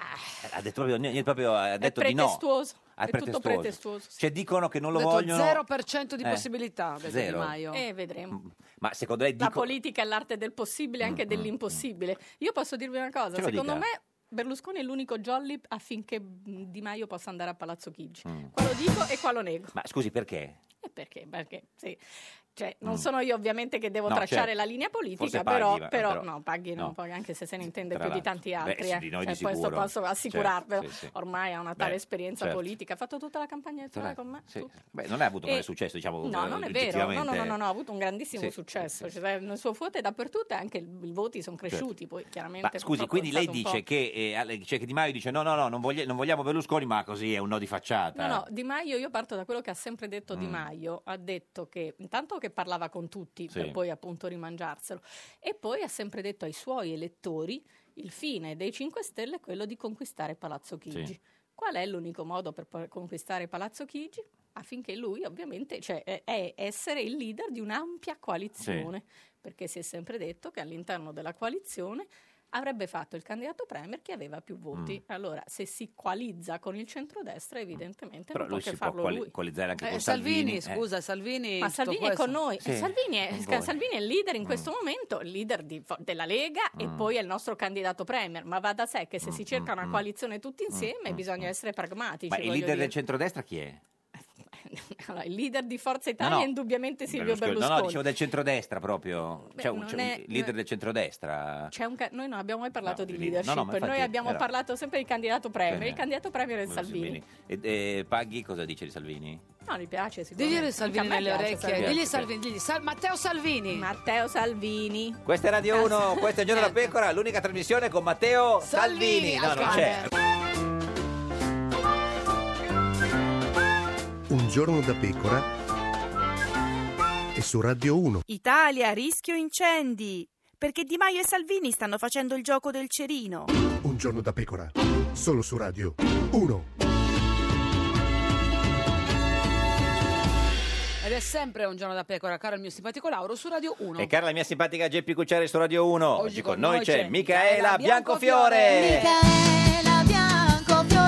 Ha detto proprio, niente, proprio ha detto di no. pretestuoso. Ah, È tutto pretestuoso, Cioè, dicono che non lo Ho detto vogliono. 0% di Eh, possibilità, ha detto Di zero. Maio. E Eh, vedremo. Ma secondo lei La dico... Mm, politica è l'arte del possibile e anche dell'impossibile. Io posso dirvi una cosa, Ce lo secondo dica. me Berlusconi è l'unico jolly affinché mh, Di Maio possa andare a Palazzo Chigi. Qua lo dico e qua lo nego. Mm. Ma scusi, perché? E perché? Perché sì. Cioè, non Mm. sono io ovviamente che devo No, tracciare certo. la linea politica, Forse paghi, però, ma- però- però- no, paghi no, no. paghi, anche se se ne intende Tra più di l'altro. tanti Beh, altri. sì, eh. di noi Cioè, di questo sicuro. posso Certo, assicurarvelo. sì, sì. Ormai ha una tale Beh, esperienza certo. politica. Ha fatto tutta la campagna elettorale con me. Sì. Tutta. Beh, non ha avuto E- un successo, No, diciamo, non è vero, no, no, oggettivamente. no, no, no, ha avuto un grandissimo Sì, Certo. successo. Cioè, il suo voto è dappertutto e anche il- i voti sono cresciuti. Poi Ma chiaramente. scusi, purtroppo, è quindi lei stato un dice po'- che, eh, alle- cioè che Di Maio dice no, no, no, non, voglia- non vogliamo Berlusconi, ma così è un no di facciata. No, no, Di Maio, io parto da quello che ha sempre detto Di Mm. Maio, ha detto che intanto che parlava con tutti Sì. per poi appunto rimangiarselo e poi ha sempre detto ai suoi elettori il fine dei 5 Stelle è quello di conquistare Palazzo Chigi. Sì. Qual è l'unico modo per po- conquistare Palazzo Chigi? Affinché lui ovviamente cioè, è- è essere il leader di un'ampia coalizione, perché si è sempre detto che all'interno della coalizione avrebbe fatto il candidato premier che aveva più voti. Mm. Allora, se si coalizza con il centrodestra, evidentemente Però non lui può che si può farlo quali- lui. coalizzare anche Eh, con Salvini, Salvini. scusa, Salvini, Ma tutto Salvini è questo. con noi. Sì, Eh, Salvini, è, con Sca- voi. Salvini è il leader in questo momento, il leader di- della Lega e Mm. poi è il nostro candidato premier. Ma va da sé che se si cerca una mm, coalizione tutti insieme bisogna essere Eh. pragmatici. Ma il voglio leader del dire. centrodestra chi è? Allora, il leader di Forza Italia no. è indubbiamente Eh, Silvio Berlusconi. No, no, dicevo del centrodestra proprio. Beh, C'è un, non c'è un è- leader del centrodestra. C'è un ca- noi non abbiamo mai parlato No, di di leader. No, leadership, no, ma noi infatti abbiamo era- parlato sempre di candidato premier. Bene. Il candidato premier è Salvini. Salvini. E, e Paghi cosa dice di Salvini? No, gli piace sicuramente. Digli a Anche Salvini a me nelle piace orecchie. Salvini. Digli Piace, Salvini, digli Sal- Matteo Salvini. Matteo Salvini. Questa è Radio 1, questo è Il Giorno della Pecora, l'unica trasmissione con Matteo Salvini, Salvini. No, certo. non c'è. Alcalde. Un giorno da pecora e su Radio 1. Italia, rischio incendi! Perché Di Maio e Salvini stanno facendo il gioco del cerino. Un giorno da pecora, solo su Radio 1. Ed è sempre un giorno da pecora, caro il mio simpatico Lauro, su Radio 1. E cara la mia simpatica Geppi Cucciari su Radio 1. Oggi, con, noi, c'è Micaela Micaela Biancofiore. Biancofiore. Micaela Biancofiore.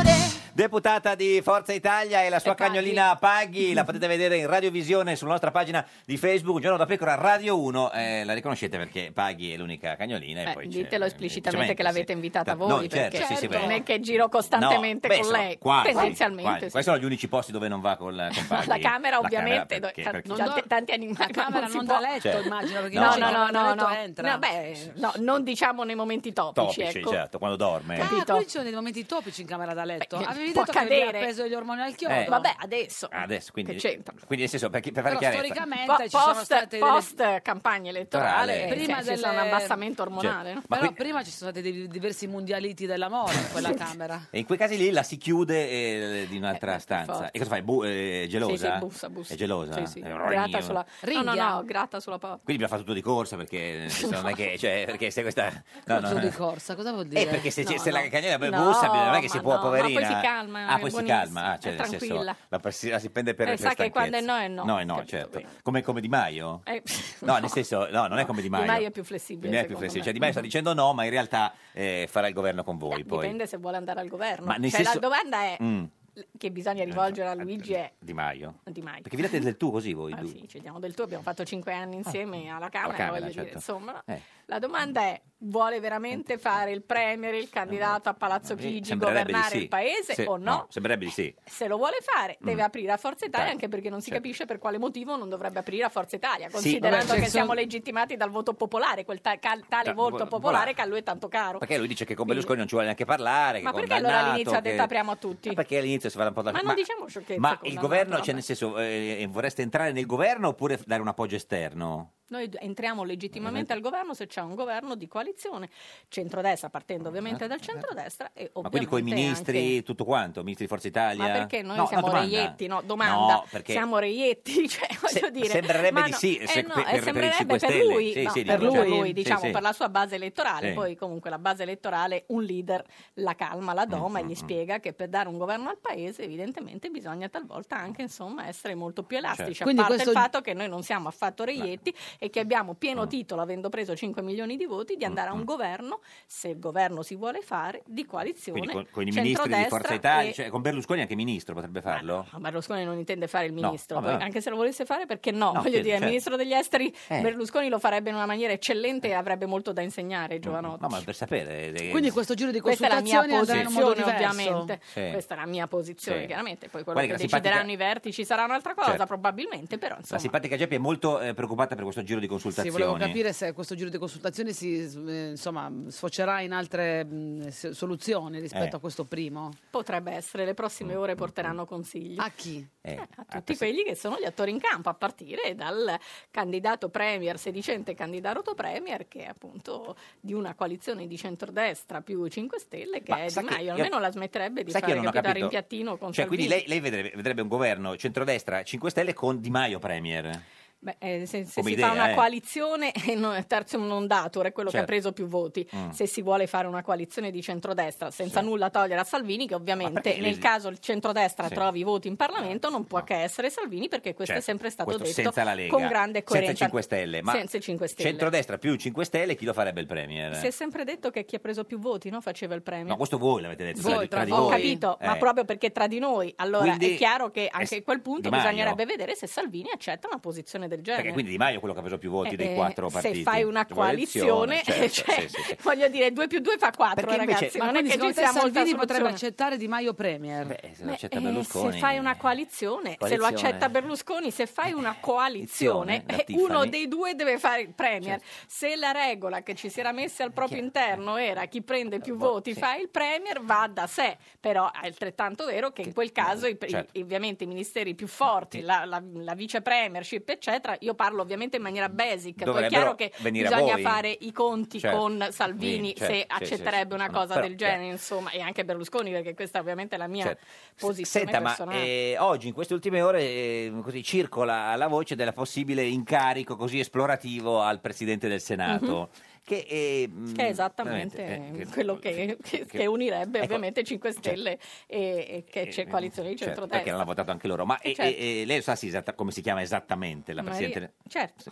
Deputata di Forza Italia e la sua cagnolina Paghi, la potete vedere in radiovisione sulla nostra pagina di Facebook, Un giorno da pecora Radio 1, Eh, la riconoscete perché Paghi è l'unica cagnolina e Beh, Eh, poi c'è- ditelo esplicitamente che l'avete invitata Da- voi, no, certo, perché sì, sì, beh. non è che giro costantemente No, beh, con insomma, lei, quasi, tendenzialmente. quasi. Questi sono gli unici posti dove non va con, con Paghi. La camera La ovviamente, dove- perché- tan- perché- tanti, tanti animali. camera si non può. da letto, Certo. Cioè, immagino, perché no, dice no, che no, da no, letto no. entra. No, beh, no, non diciamo nei momenti topici, Topici, ecco. certo, quando dorme. Ah, quelli ci sono dei momenti topici in camera da letto. Beh, Avevi può detto che avevi accadere. appeso gli ormoni al chiodo. Eh. Vabbè, adesso. Adesso, quindi, Che c'entra? quindi nel senso, per, chi- per fare Però chiarezza. storicamente Po- ci sono post, state delle- post campagna elettorale, Elettorale. Prima prima c'è stato delle- un abbassamento ormonale, Certo. no? Ma Però qui- prima ci sono stati dei- diversi mondialiti dell'amore in quella camera. E in quei casi lì la si chiude eh, di un'altra stanza. forza. E cosa fai? Bu- eh, gelosa? Sì, sì, bussa, bussa. È gelosa? Sì, sì. Eh, Grata rogno. sulla... No, no, Ringhia. no, grata sulla porta. Quindi bisogna fare tutto di corsa perché nel senso, non è che cioè, perché se questa no, Corso di corsa, cosa vuol dire? Eh, perché se, No, se la no. cagnola No, bussa, non è che si ma può, no, ma poi poverina. si calma, ah, è poi si buonissima, calma, ah, cioè, è nel senso, tranquilla. la, pers- la si prende per Eh, per sa che quando stanchezza. è no, è no, No, è no, certo. Come, come Di Maio? Eh, No, nel senso, no, non è come Di Maio. Di Maio è più flessibile. Di Maio è più secondo me. flessibile. Mm. Cioè, Di Maio sta dicendo no, ma in realtà eh, farà il governo con voi. poi. Dipende se vuole andare al governo. Ma nel Cioè, senso- La domanda è Mm, eh, che bisogna rivolgere a Luigi è Di Maio. Di Maio. Perché vi date del tu così voi Ah, due? sì, ci diamo del tuo, abbiamo fatto cinque anni insieme alla Ah, mm. Alla Camera, Camera, voglio dire, certo. insomma. Eh. La domanda è, vuole veramente fare il premier, il candidato a Palazzo Chigi, Eh, Sembrerebbe di governare sì. il paese Se- o no? Sembrerebbe di sì. Se lo vuole fare, deve Mm. aprire a Forza Italia, Dai, anche perché non si certo. capisce per quale motivo non dovrebbe aprire a Forza Italia, Sì, considerando vabbè, che cioè, siamo sono- legittimati dal voto popolare, quel ta- cal- tale Da- voto vo- popolare volare. che a lui è tanto caro. Perché lui dice che con Quindi- Berlusconi non ci vuole neanche parlare. che Ma è perché allora condannato, all'inizio ha che- detto apriamo a tutti? Ah, perché all'inizio si fa un po' da... Ma non diciamo sciocchezze. ma con il la governo, natura, cioè nel senso, eh, vorreste entrare nel governo oppure dare un appoggio esterno? Noi d- entriamo Eh. legittimamente al governo se c'è un governo di coalizione, centrodestra, partendo ovviamente Eh, dal centrodestra e Ma quindi con i ovviamente ministri, anche- tutto quanto, ministri di Forza Italia? Ma perché noi No, siamo domanda. reietti? No, domanda. No, perché Siamo reietti, cioè, voglio dire. sembrerebbe ma di sì, eh se- no, per- eh, per i sembrerebbe Cinque per Stelle. lui, Sì, no, sì, per dico, lui, certo. Sì, diciamo, sì. per la sua base elettorale. Sì. Poi comunque la base elettorale, un leader la calma, la doma Mm-hmm. e gli spiega che per dare un governo al paese evidentemente bisogna talvolta anche insomma essere molto più elastici. Certo. A Quindi parte il questo- fatto che noi non siamo affatto reietti e che abbiamo Mm. pieno titolo, avendo preso 5 milioni di voti, di andare a un governo, se il governo si vuole fare, di coalizione. Mm-hmm. quindi con, con i ministri di Forza centrodestra Italia, e- cioè, con Berlusconi anche ministro potrebbe farlo? ma Ah, Berlusconi non intende fare il No, ministro, vabbè. poi, anche se lo volesse fare, perché no? No, Voglio chiedo, dire, il certo. ministro degli esteri Eh. Berlusconi lo farebbe in una maniera eccellente e avrebbe molto da insegnare, giovanotto. Mm, No, ma per sapere... eh, Quindi questo giro di Questa è la mia consultazioni andrà in un posizione, modo diverso. ovviamente. Sì. Questa è la mia posizione, Sì. chiaramente. Poi quello Guarda che che la decideranno i vertici sarà un'altra cosa, Certo. probabilmente, però La insomma. simpatica Geppi è molto eh, preoccupata per questo giro di Sì, consultazioni. volevo capire se questo giro di consultazioni si eh, insomma, sfocerà in altre mh, s- soluzioni rispetto Eh. a questo primo. Potrebbe essere, le prossime ore porteranno consigli. A chi? Eh, a tutti quelli che sono gli attori in campo, a partire dal candidato premier, sedicente candidato premier, che è appunto di una coalizione di centrodestra più 5 Stelle, che Ma è Di sa che Maio. io- Almeno la smetterebbe di sai che fare io non ho capito, a capito? rimpiattino con Cioè, quindi Salvini. lei, lei vedrebbe, vedrebbe un governo centrodestra 5 Stelle con Di Maio Premier. Beh, eh, se se Come si idea, fa una eh. coalizione, eh, no, terzium non datur è quello che ha Certo. preso più voti. Mm. Se si vuole fare una coalizione di centrodestra, senza nulla togliere a Salvini, che ovviamente perché nel lui- caso il centrodestra Sì. trovi i voti in Parlamento, non può che essere Salvini, perché questo Certo, è sempre stato questo detto senza la Lega, con grande coerenza. Senza 5 Stelle. Ma Senza i 5 Stelle. Centrodestra più 5 Stelle, chi lo farebbe il Premier? Si è sempre detto che chi ha preso più voti no, faceva il premio. eh. No, questo voi l'avete detto. Voi, tra di- tra di ho voi. capito, ma Eh. proprio perché tra di noi, allora Quindi è chiaro che anche es- a quel punto Di Maio. bisognerebbe vedere se Salvini accetta una posizione del genere. Perché quindi Di Maio è quello che ha preso più voti Eh, dei eh, quattro se partiti. fai una Di coalizione, certo, cioè, sì, sì, sì. voglio dire, 2 più 2 fa 4, Perché invece- ragazzi. Ma non è quindi che secondo te ci sia molta Salvini potrebbe soluzione. accettare Di Maio Premier? se lo accetta Eh, Berlusconi. se fai una coalizione, se lo Coalizione. accetta Berlusconi, se fai una coalizione, eh, Coalizione, da uno Tiffany. Certo. dei due deve fare il premier. Se la regola che ci si era messa al proprio interno era chi prende più voti fa il premier, va da sé. Però è altrettanto vero che in quel caso i- i- certo. ovviamente i ministeri più forti, la, la, la vice premiership, eccetera, io parlo ovviamente in maniera basic, poi è Dovrebbero chiaro che venire a bisogna voi. fare i conti Certo. con Salvini Quindi, certo, se sì, sì, sì. accetterebbe una No, cosa però, del genere, insomma, e anche Berlusconi, perché questa ovviamente è la mia Certo. posizione Senta, ma personale. eh, oggi, in queste ultime ore, eh, così, circola la voce del possibile incarico così esplorativo al Presidente del Senato. Mhm. Che, eh, mh, che è esattamente veramente, eh, che- quello che, che- che- che unirebbe ecco, eh, ovviamente 5 Stelle e, e che c'è coalizione di certo, centrodestra. perché non l'ha votato anche loro. Ma eh, Certo. eh, eh, lei sa sì, esatta- come si chiama esattamente la Maria- Presidente? Certo,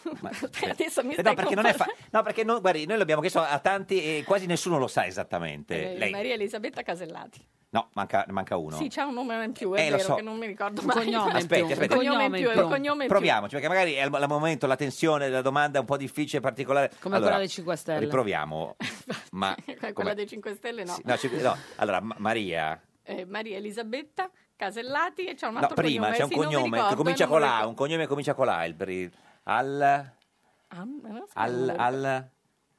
adesso mi Eh, stai no, perché non è fa- no, perché noi- guardi, noi l'abbiamo chiesto a tanti e quasi nessuno lo sa esattamente. confondendo. Lei- Eh, Maria Elisabetta Casellati. No, manca, manca uno. Sì, c'ha un numero in più, è Eh, lo vero so. che non mi ricordo Un mai. cognome in Aspetti, più, aspetti. un cognome in più, un cognome in più. Proviamoci, perché magari è al al momento la tensione della domanda è un po' difficile, particolare. Come Allora, quella dei 5 Stelle. Riproviamo. Ma, Quella come- dei 5 Stelle no. sì, no, ci- no, Allora, Ma- Maria, Eh, Maria Elisabetta Casellati e c'è un no, altro prima cognome. c'è un sì, non mi cognome ricordo, che comincia non con mi la, ricordo. un cognome che comincia con la, il, pri- al, Ah, non lo so, non mi al, ricordo. al,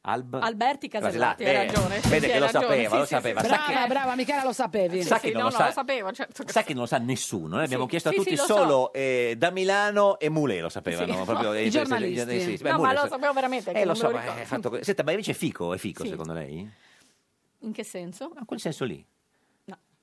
alb- Alberti Casellati, Vede- hai ragione. eh, Vede Sì, che hai lo ragione, sapeva, sì, lo sì, sì, sapeva. sì. Sa Brava, che- Brava, brava Michela, lo sapevi. Sì, sa sì, che non no, lo no, sa- lo sapevo, certo che Sa che non lo sa nessuno, noi abbiamo chiesto a sì, tutti sì, lo solo eh, da Milano e Moulet lo sapevano. Sì, proprio, no, eh, i giornalisti. giornalisti. Beh, No, ma Moulet lo sa- sapevo veramente, che Eh, lo non me so, lo ma è ricordo. fatto così. Senta, ma invece Fico è Fico, Sì. secondo lei? In In che senso? quel senso lì?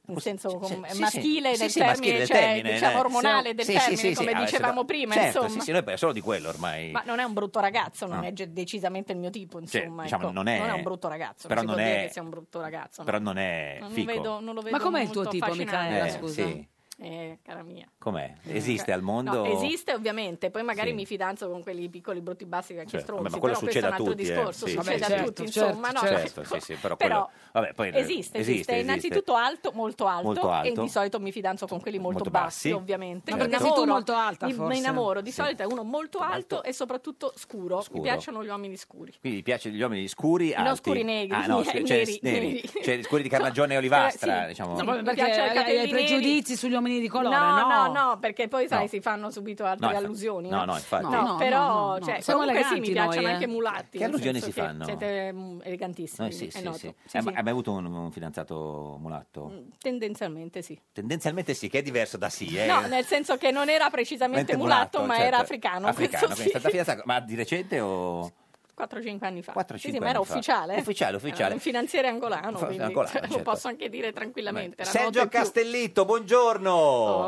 In senso com- sì, sì. maschile Sì, del sì, termine, maschile del cioè, termine, diciamo eh. ormonale del Sì, sì, termine, sì, sì, come ah, dicevamo certo, prima, certo, insomma. Sì, sì, noi beh, solo di quello ormai. Ma non è un brutto ragazzo, non No. è ge- decisamente il mio tipo, Cioè, insomma. diciamo, ecco. non è- un brutto ragazzo, però non si non può è- dire che sia un brutto ragazzo. no. Però non è Non lo Fico. vedo- non lo vedo Ma com'è il tuo molto tipo, affascinante. Micaela, Eh, scusa? sì. Eh, cara mia. Com'è? Eh, Esiste al mondo? eh, No, esiste ovviamente, poi magari Sì. mi fidanzo con quelli piccoli brutti bassi che anche Certo, stronzi, vabbè, ma quello però succede a questo è un altro tutti, eh, discorso, sì, succede sì, a certo, tutti, certo, insomma, no? Ecco. Certo, sì, sì, però, quello... Però Vabbè, poi eh, Esiste, esiste, Innanzitutto alto, molto alto, Molto alto. e di solito mi fidanzo con quelli molto, Molto bassi, bassi. ovviamente. Ma Mi perché sei tu innamoro, molto alta, Mi, mi forse. innamoro, di Sì. solito è uno molto alto, e soprattutto scuro. Scuro. Mi piacciono gli uomini scuri. Quindi gli piacciono gli uomini scuri, No, alti. scuri negri, Ah, no, neri, cioè, neri, neri. neri. Eh, Cioè, scuri di carnagione e olivastra, sì. diciamo. No, Ma Mi perché piacciono i hai, hai capelli neri. pregiudizi sugli uomini di colore, no, no. no, no, perché poi sai, No. si fanno subito altre No, infatti. allusioni. eh. No, no, infatti. No, no, no, però no, no. cioè, Siamo comunque sì, mi eleganti piacciono noi, eh. anche mulatti. Che nel allusioni senso si che fanno? Siete mm, elegantissimi, Noi sì, è sì, noto. Sì, sì. Eh, sì. Mm, ma- Hai mai avuto un, un fidanzato mulatto? Tendenzialmente sì. Tendenzialmente sì, che è diverso da sì. Eh. No, nel senso che non era precisamente mulatto, ma certo. era africano. questo Africano, quindi è sì. stata fidanzata, ma di recente o... 4-5 anni fa. 4-5 sì, sì, ma era anni fa. ufficiale. eh. Ufficiale, ufficiale. Era un finanziere angolano, Fa- quindi angolano, cioè, lo certo. posso anche dire tranquillamente. la notte Sergio più- Oh. Castellitto, buongiorno.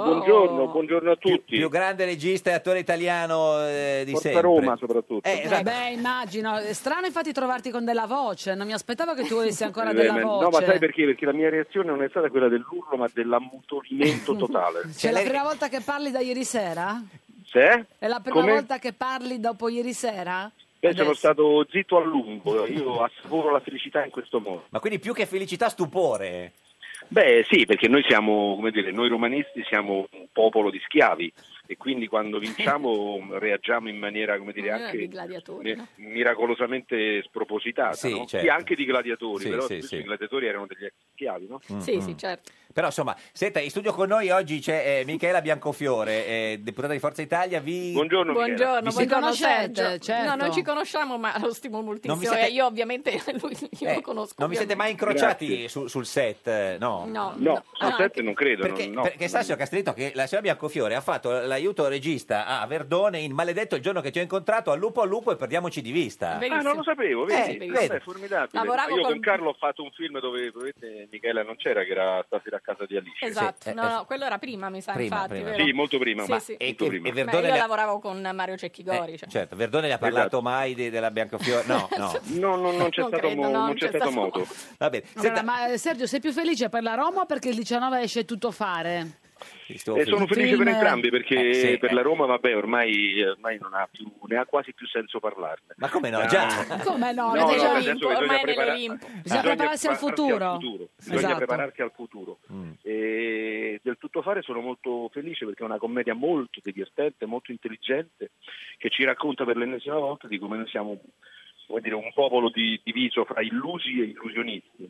Buongiorno, buongiorno a tutti. Più grande regista e attore italiano eh, di Forza sempre. Roma soprattutto. Eh, esatto. Eh beh, immagino. È strano infatti trovarti con della voce. Non mi aspettavo che tu volessi ancora Eh, della ma- voce. no, ma sai perché? Perché la mia reazione non è stata quella dell'urlo, ma dell'ammutolimento totale. Cioè, è la prima volta che parli da ieri sera? Sì? È la prima Come? volta che parli dopo ieri sera? Beh, sono stato zitto a lungo, io assaporo la felicità in questo modo. Ma quindi più che felicità, stupore. Beh sì, perché noi siamo, come dire, noi romanisti siamo un popolo di schiavi e quindi quando vinciamo reagiamo in maniera, come dire, Era Eh, di anche gladiatori. mi- miracolosamente spropositata, Sì, no? certo. Sì, anche di gladiatori, Sì, però sì, spesso sì. i gladiatori erano degli ex schiavi, no? Mm, Sì, mm. sì, certo. Però insomma, senta, in studio con noi oggi c'è eh, Michela Biancofiore, eh, deputata di Forza Italia. Vi... Buongiorno, Buongiorno, Vi buongiorno conoscete, Sergio. certo. No, non ci conosciamo, ma lo stimo moltissimo. Non vi siete- E io ovviamente lui, io Eh, lo conosco. Non vi siete mai ovviamente. incrociati su- sul set? eh, No. No, No, no. sul Ah, set non credo. Perché, non- no. perché sa, signor Castellitto, che la signora Biancofiore ha fatto l'aiuto regista a Verdone in Maledetto il giorno che ci ho incontrato, al lupo al lupo e perdiamoci di vista. Ah, non lo sapevo, Eh, vedi? vedi. Vabbè, formidabile. Lavoravo Io con... con- Carlo ho fatto un film dove probabilmente Michela non c'era, che era stasera a casa di Alice. Esatto, eh, no, no, quello era prima, mi sa, Prima, infatti. prima. vero? Sì, molto prima, Sì, ma- sì. e- E, e- e Beh, Verdone io le ha- lavoravo con Mario Cecchigori. cioè. certo, Verdone le ha parlato mai di- della Biancofiore? No, no. Esatto. No, no, non c'è Non stato, credo, mo- no, non c'è stato modo. Va bene, Allora, ma eh, Sergio, sei più felice per la Roma o perché il 19 esce tutto fare? E sono felice per Film- entrambi perché Eh, sì, per eh. la Roma, vabbè, ormai, ormai non ha più, ne ha quasi più senso parlarne. Ma come no? Ah. Già. Come no? No, no, Avete già nel senso vinto. che ormai bisogna, è prepara- nell'Olimpo. bisogna Bisogna prepararsi al futuro. Bisogna Esatto. Mm. prepararsi al futuro. E del tutto fare sono molto felice perché è una commedia molto divertente, molto intelligente, che ci racconta per l'ennesima volta di come noi siamo come dire, un popolo di- diviso fra illusi e illusionisti.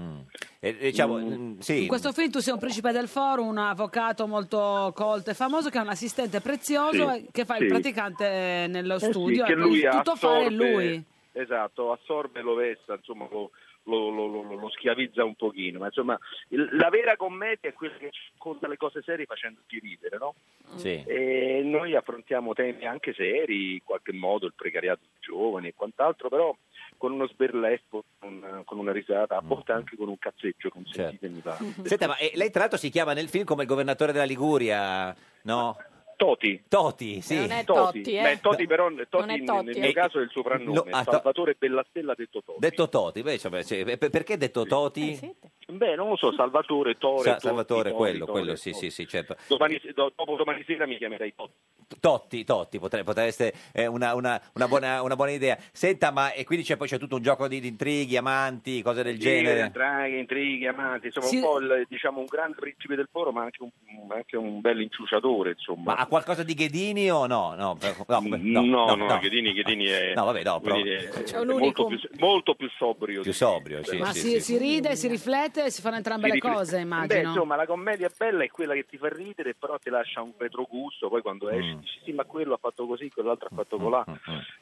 Mm. E, diciamo, mm, sì. In questo film tu sei un principe del foro, un avvocato molto colto e famoso che ha un assistente prezioso Sì, e che fa sì. il praticante nello Eh sì, studio. che e lui tutto fare è assorbe- lui. Esatto, assorbe lo vesta, insomma lo, lo- lo- lo- lo- lo schiavizza un pochino, ma insomma il- la vera commedia è quella che ci racconta le cose serie facendoti ridere, no? Mm. Sì. E noi affrontiamo temi anche seri, in qualche modo il precariato dei giovani e quant'altro, però con uno sberleffo, con, con una risata, a volte anche con un cazzeggio, consentitemi va. Senta, ma eh, lei tra l'altro si chiama nel film come il governatore della Liguria, no? Toti. Toti, sì. Non è Totti, eh. Beh, Totti però Non Totti, è in- Totti, nel eh. mio caso è il soprannome, No, ah, to- Salvatore Bellastella detto Toti. Detto Toti, beh, cioè, beh, sì, per- perché detto Eh, Toti? Beh, non lo so, Salvatore, Tore, Sa- Totti, Salvatore, Tori, quello, Tori, quello, Tori. sì, sì, sì, certo. Domani, do- dopo domani sera mi chiamerai Totti. Totti, Totti, potrebbe, potrebbe essere eh, una, una- una buona, una buona idea. Senta, ma e quindi c'è poi c'è tutto un gioco di, di intrighi, amanti, cose del eh, genere. Draghi, intrighi, amanti, insomma Sì. un po' il, diciamo, un grande principe del foro, ma anche un, anche un bel inciuciatore, insomma. Ma ha qualcosa di Ghedini o no? No, per- no, no, no, no, Ghedini, Ghedini è, No, vabbè, no, come però- dire, è C'è un molto, unicum. più, molto più sobrio. Più sobrio, sì, Ma si, si ride, si riflette e si fanno entrambe le cose, Beh, immagino. insomma, la commedia bella è quella che ti fa ridere, però ti lascia un retrogusto. Poi quando Mm. esci dici sì, ma quello ha fatto così, quell'altro ha fatto colà.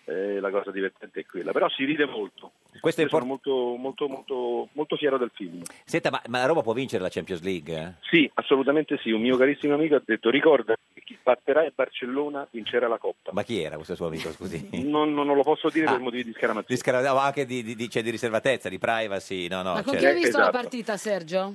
Eh, la cosa divertente è quella. Però si ride molto. Questo è Io sono molto, molto, molto, molto fiero del film. Senta, ma, ma la Roma può vincere la Champions League? eh? Sì, assolutamente sì. Un mio carissimo amico ha detto: ricorda che chi batterà il Barcellona vincerà la Coppa. Ma chi era questo suo amico, scusi? Non, non- non lo posso dire Ah. per motivi di scaramazzo. Di scara- no, anche di, di- di- cioè, di riservatezza, di privacy, no, no. ma con cioè- chi hai visto la Esatto. partita, Sergio?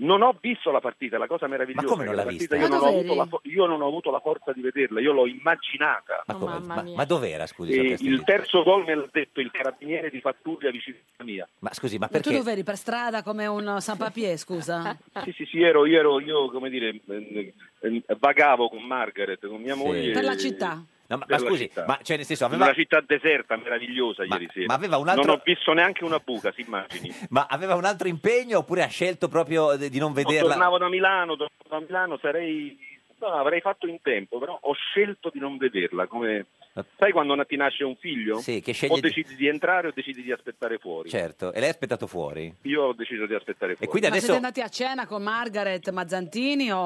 Non ho visto la partita, la cosa meravigliosa. Ma come non è che l'ha la partita vista? Io non, Ma ho dov'eri? avuto la fo- io non ho avuto la forza di vederla, io l'ho immaginata. Ma, come- ma- ma dov'era, scusi? E il signor Castelli? terzo gol me l'ha detto il carabiniere di Pattuglia vicino a mia. Ma scusi, ma Ma tu perché? dove eri? Per strada come un San Papier, scusa? Sì, sì, sì, ero, io ero, io come dire, eh, eh, vagavo con Margaret, con mia moglie. Per la città. No, ma, Per ma la scusi, città. ma cioè, nel senso, In aveva, Una città deserta, meravigliosa ieri sera. ma aveva un altro- Non ho visto neanche una buca, si immagini. ma aveva un altro impegno oppure ha scelto proprio di di non No, vederla? tornavo da Milano, tornavo da Milano sarei... no, avrei fatto in tempo, però ho scelto di non vederla, come Sai quando na- ti nasce un figlio? Sì, che o sceglie di- decidi di entrare o decidi di aspettare fuori. Certo, e lei ha aspettato fuori? Io ho deciso di aspettare fuori. E quindi Ma adesso... siete andati a cena con Margaret Mazzantini o,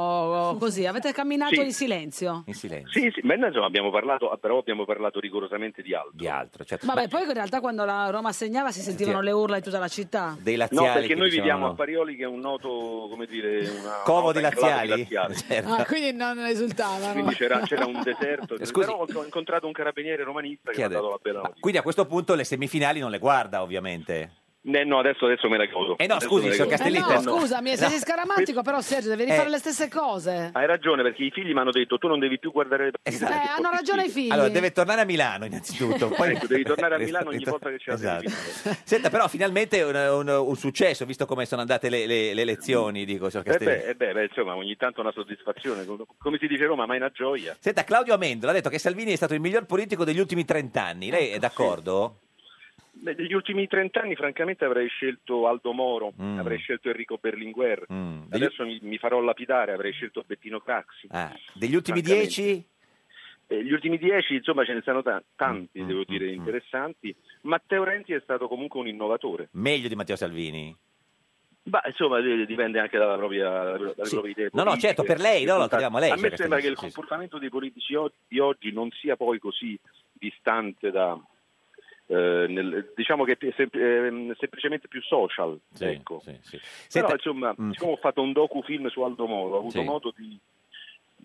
o così? Avete camminato Sì. in silenzio? In silenzio. Sì, sì, ma insomma abbiamo parlato, ah, però abbiamo parlato rigorosamente di altro. Di altro, certo. Vabbè, poi in realtà quando la Roma segnava si sentivano le urla di tutta la città. Dei laziali No, perché che noi dicevano viviamo no. a Parioli che è un noto, come dire, una Covo di nota enclave laziali? Certo. Ah, quindi non Eh, risultavano. Quindi c'era, c'era un deserto, Scusi. però ho incontrato un carabiniere romanista Chi che mi ha ha dato la detto? bella Ma notizia. quindi a questo punto le semifinali non le guarda, ovviamente. Eh no, adesso, adesso me la godo. Eh no, Adesso scusi, me la signor godo. Eh Castellitto. no, scusami, se sei scaramantico, però Sergio, devi rifare Eh. le stesse cose. Hai ragione perché i figli mi hanno detto tu non devi più guardare le Eh, partite. hanno ragione i figli. Esatto. Allora, deve tornare a Milano innanzitutto. Poi... Ecco, devi tornare a Milano ogni volta che c'è la Esatto. semifinale. Senta, però finalmente un, un- un successo, visto come sono andate le, le- le elezioni, dico, signor Eh Castellitto. beh, eh beh, beh, insomma, ogni tanto una soddisfazione. Come si dice a Roma, mai una gioia. Senta, Claudio Amendola ha detto che Salvini è stato il miglior politico degli ultimi trent'anni. Lei Ecco, è d'accordo? Beh, negli ultimi trent'anni, francamente, avrei scelto Aldo Moro, Mm. avrei scelto Enrico Berlinguer. Mm. Degli- Adesso mi, mi farò lapidare, avrei scelto Bettino Craxi. Ah, degli ultimi Francamente. dieci? Eh, gli ultimi dieci, insomma, ce ne sono ta- tanti, Mm, devo dire, interessanti. Matteo Renzi è stato comunque un innovatore. Meglio di Matteo Salvini. Ma insomma eh, dipende anche dalla propria, dalle proprie idee. No, no, politiche, certo, per lei, no, no, risultati. chiediamo a lei, me signor sembra che il Castelli, sì, sì. comportamento dei politici o- di oggi non sia poi così distante da... eh, nel- diciamo che è sem- ehm, semplicemente più social. Sì, ecco. sì, sì. Però Senta- insomma, Mm. siccome ho fatto un docufilm su Aldo Moro, ho avuto Sì. modo di,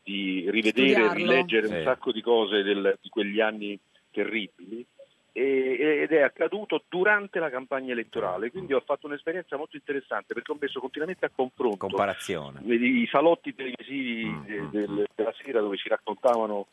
di rivedere, Studiarlo. rileggere Sì. un sacco di cose del- di quegli anni terribili e- ed è accaduto durante la campagna Mm. elettorale, quindi ho fatto un'esperienza molto interessante perché ho messo continuamente a confronto Comparazione. i i salotti televisivi de- del- della sera dove ci raccontavano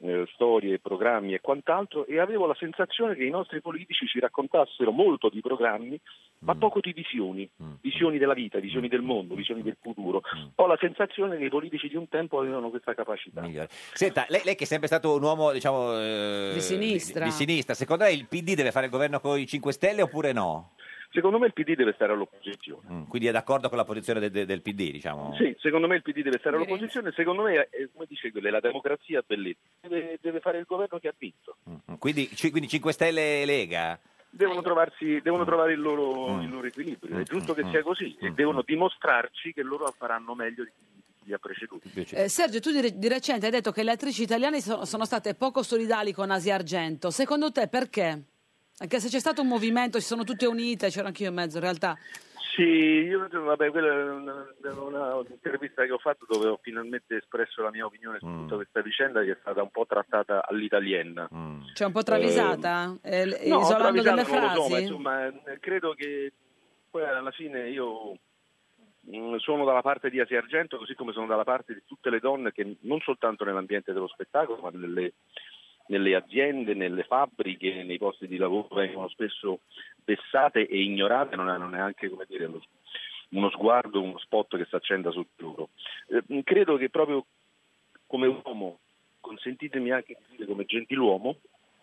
eh, storie, programmi e quant'altro e avevo la sensazione che i nostri politici ci raccontassero molto di programmi ma poco di visioni, visioni della vita, visioni del mondo, visioni del futuro. Ho la sensazione che i politici di un tempo avevano questa capacità. Migliore. Senta, lei, lei che è sempre stato un uomo, diciamo... eh, Di sinistra. Di, di sinistra. Secondo lei il PD deve fare il governo con i 5 Stelle oppure no? Secondo me il PD deve stare all'opposizione. Mm, Quindi è d'accordo con la posizione de- de- del PD, diciamo? Sì, secondo me il PD deve stare all'opposizione, secondo me, eh, come dice quella, la democrazia è bellezza, deve, deve fare il governo che ha vinto. Mm, Quindi, ci- quindi 5 Stelle e Lega? Devono, trovarsi, devono trovare il loro, il loro equilibrio, è giusto che sia così e devono dimostrarci che loro faranno meglio di chi li ha preceduti. Eh, Sergio, tu di, re- di recente hai detto che le attrici italiane so- sono state poco solidali con Asia Argento. Secondo te perché? Anche se c'è stato un movimento, si sono tutte unite, c'ero anch'io in mezzo in realtà. Sì, io, vabbè, quella è una, una- un'intervista che ho fatto dove ho finalmente espresso la mia opinione su tutta questa vicenda che è stata un po' trattata all'italiena. Cioè un po' travisata? Eh, l- No, travisata isolando delle non lo so, frasi? ma insomma, eh, credo che poi alla fine io mh, sono dalla parte di Asia Argento, così come sono dalla parte di tutte le donne che non soltanto nell'ambiente dello spettacolo, ma nelle, nelle aziende, nelle fabbriche, nei posti di lavoro vengono spesso vessate e ignorate, non hanno neanche come dire, lo- uno sguardo, uno spot che si accenda su di loro. Eh, mh, credo che proprio come uomo, consentitemi anche di dire come gentiluomo, eh,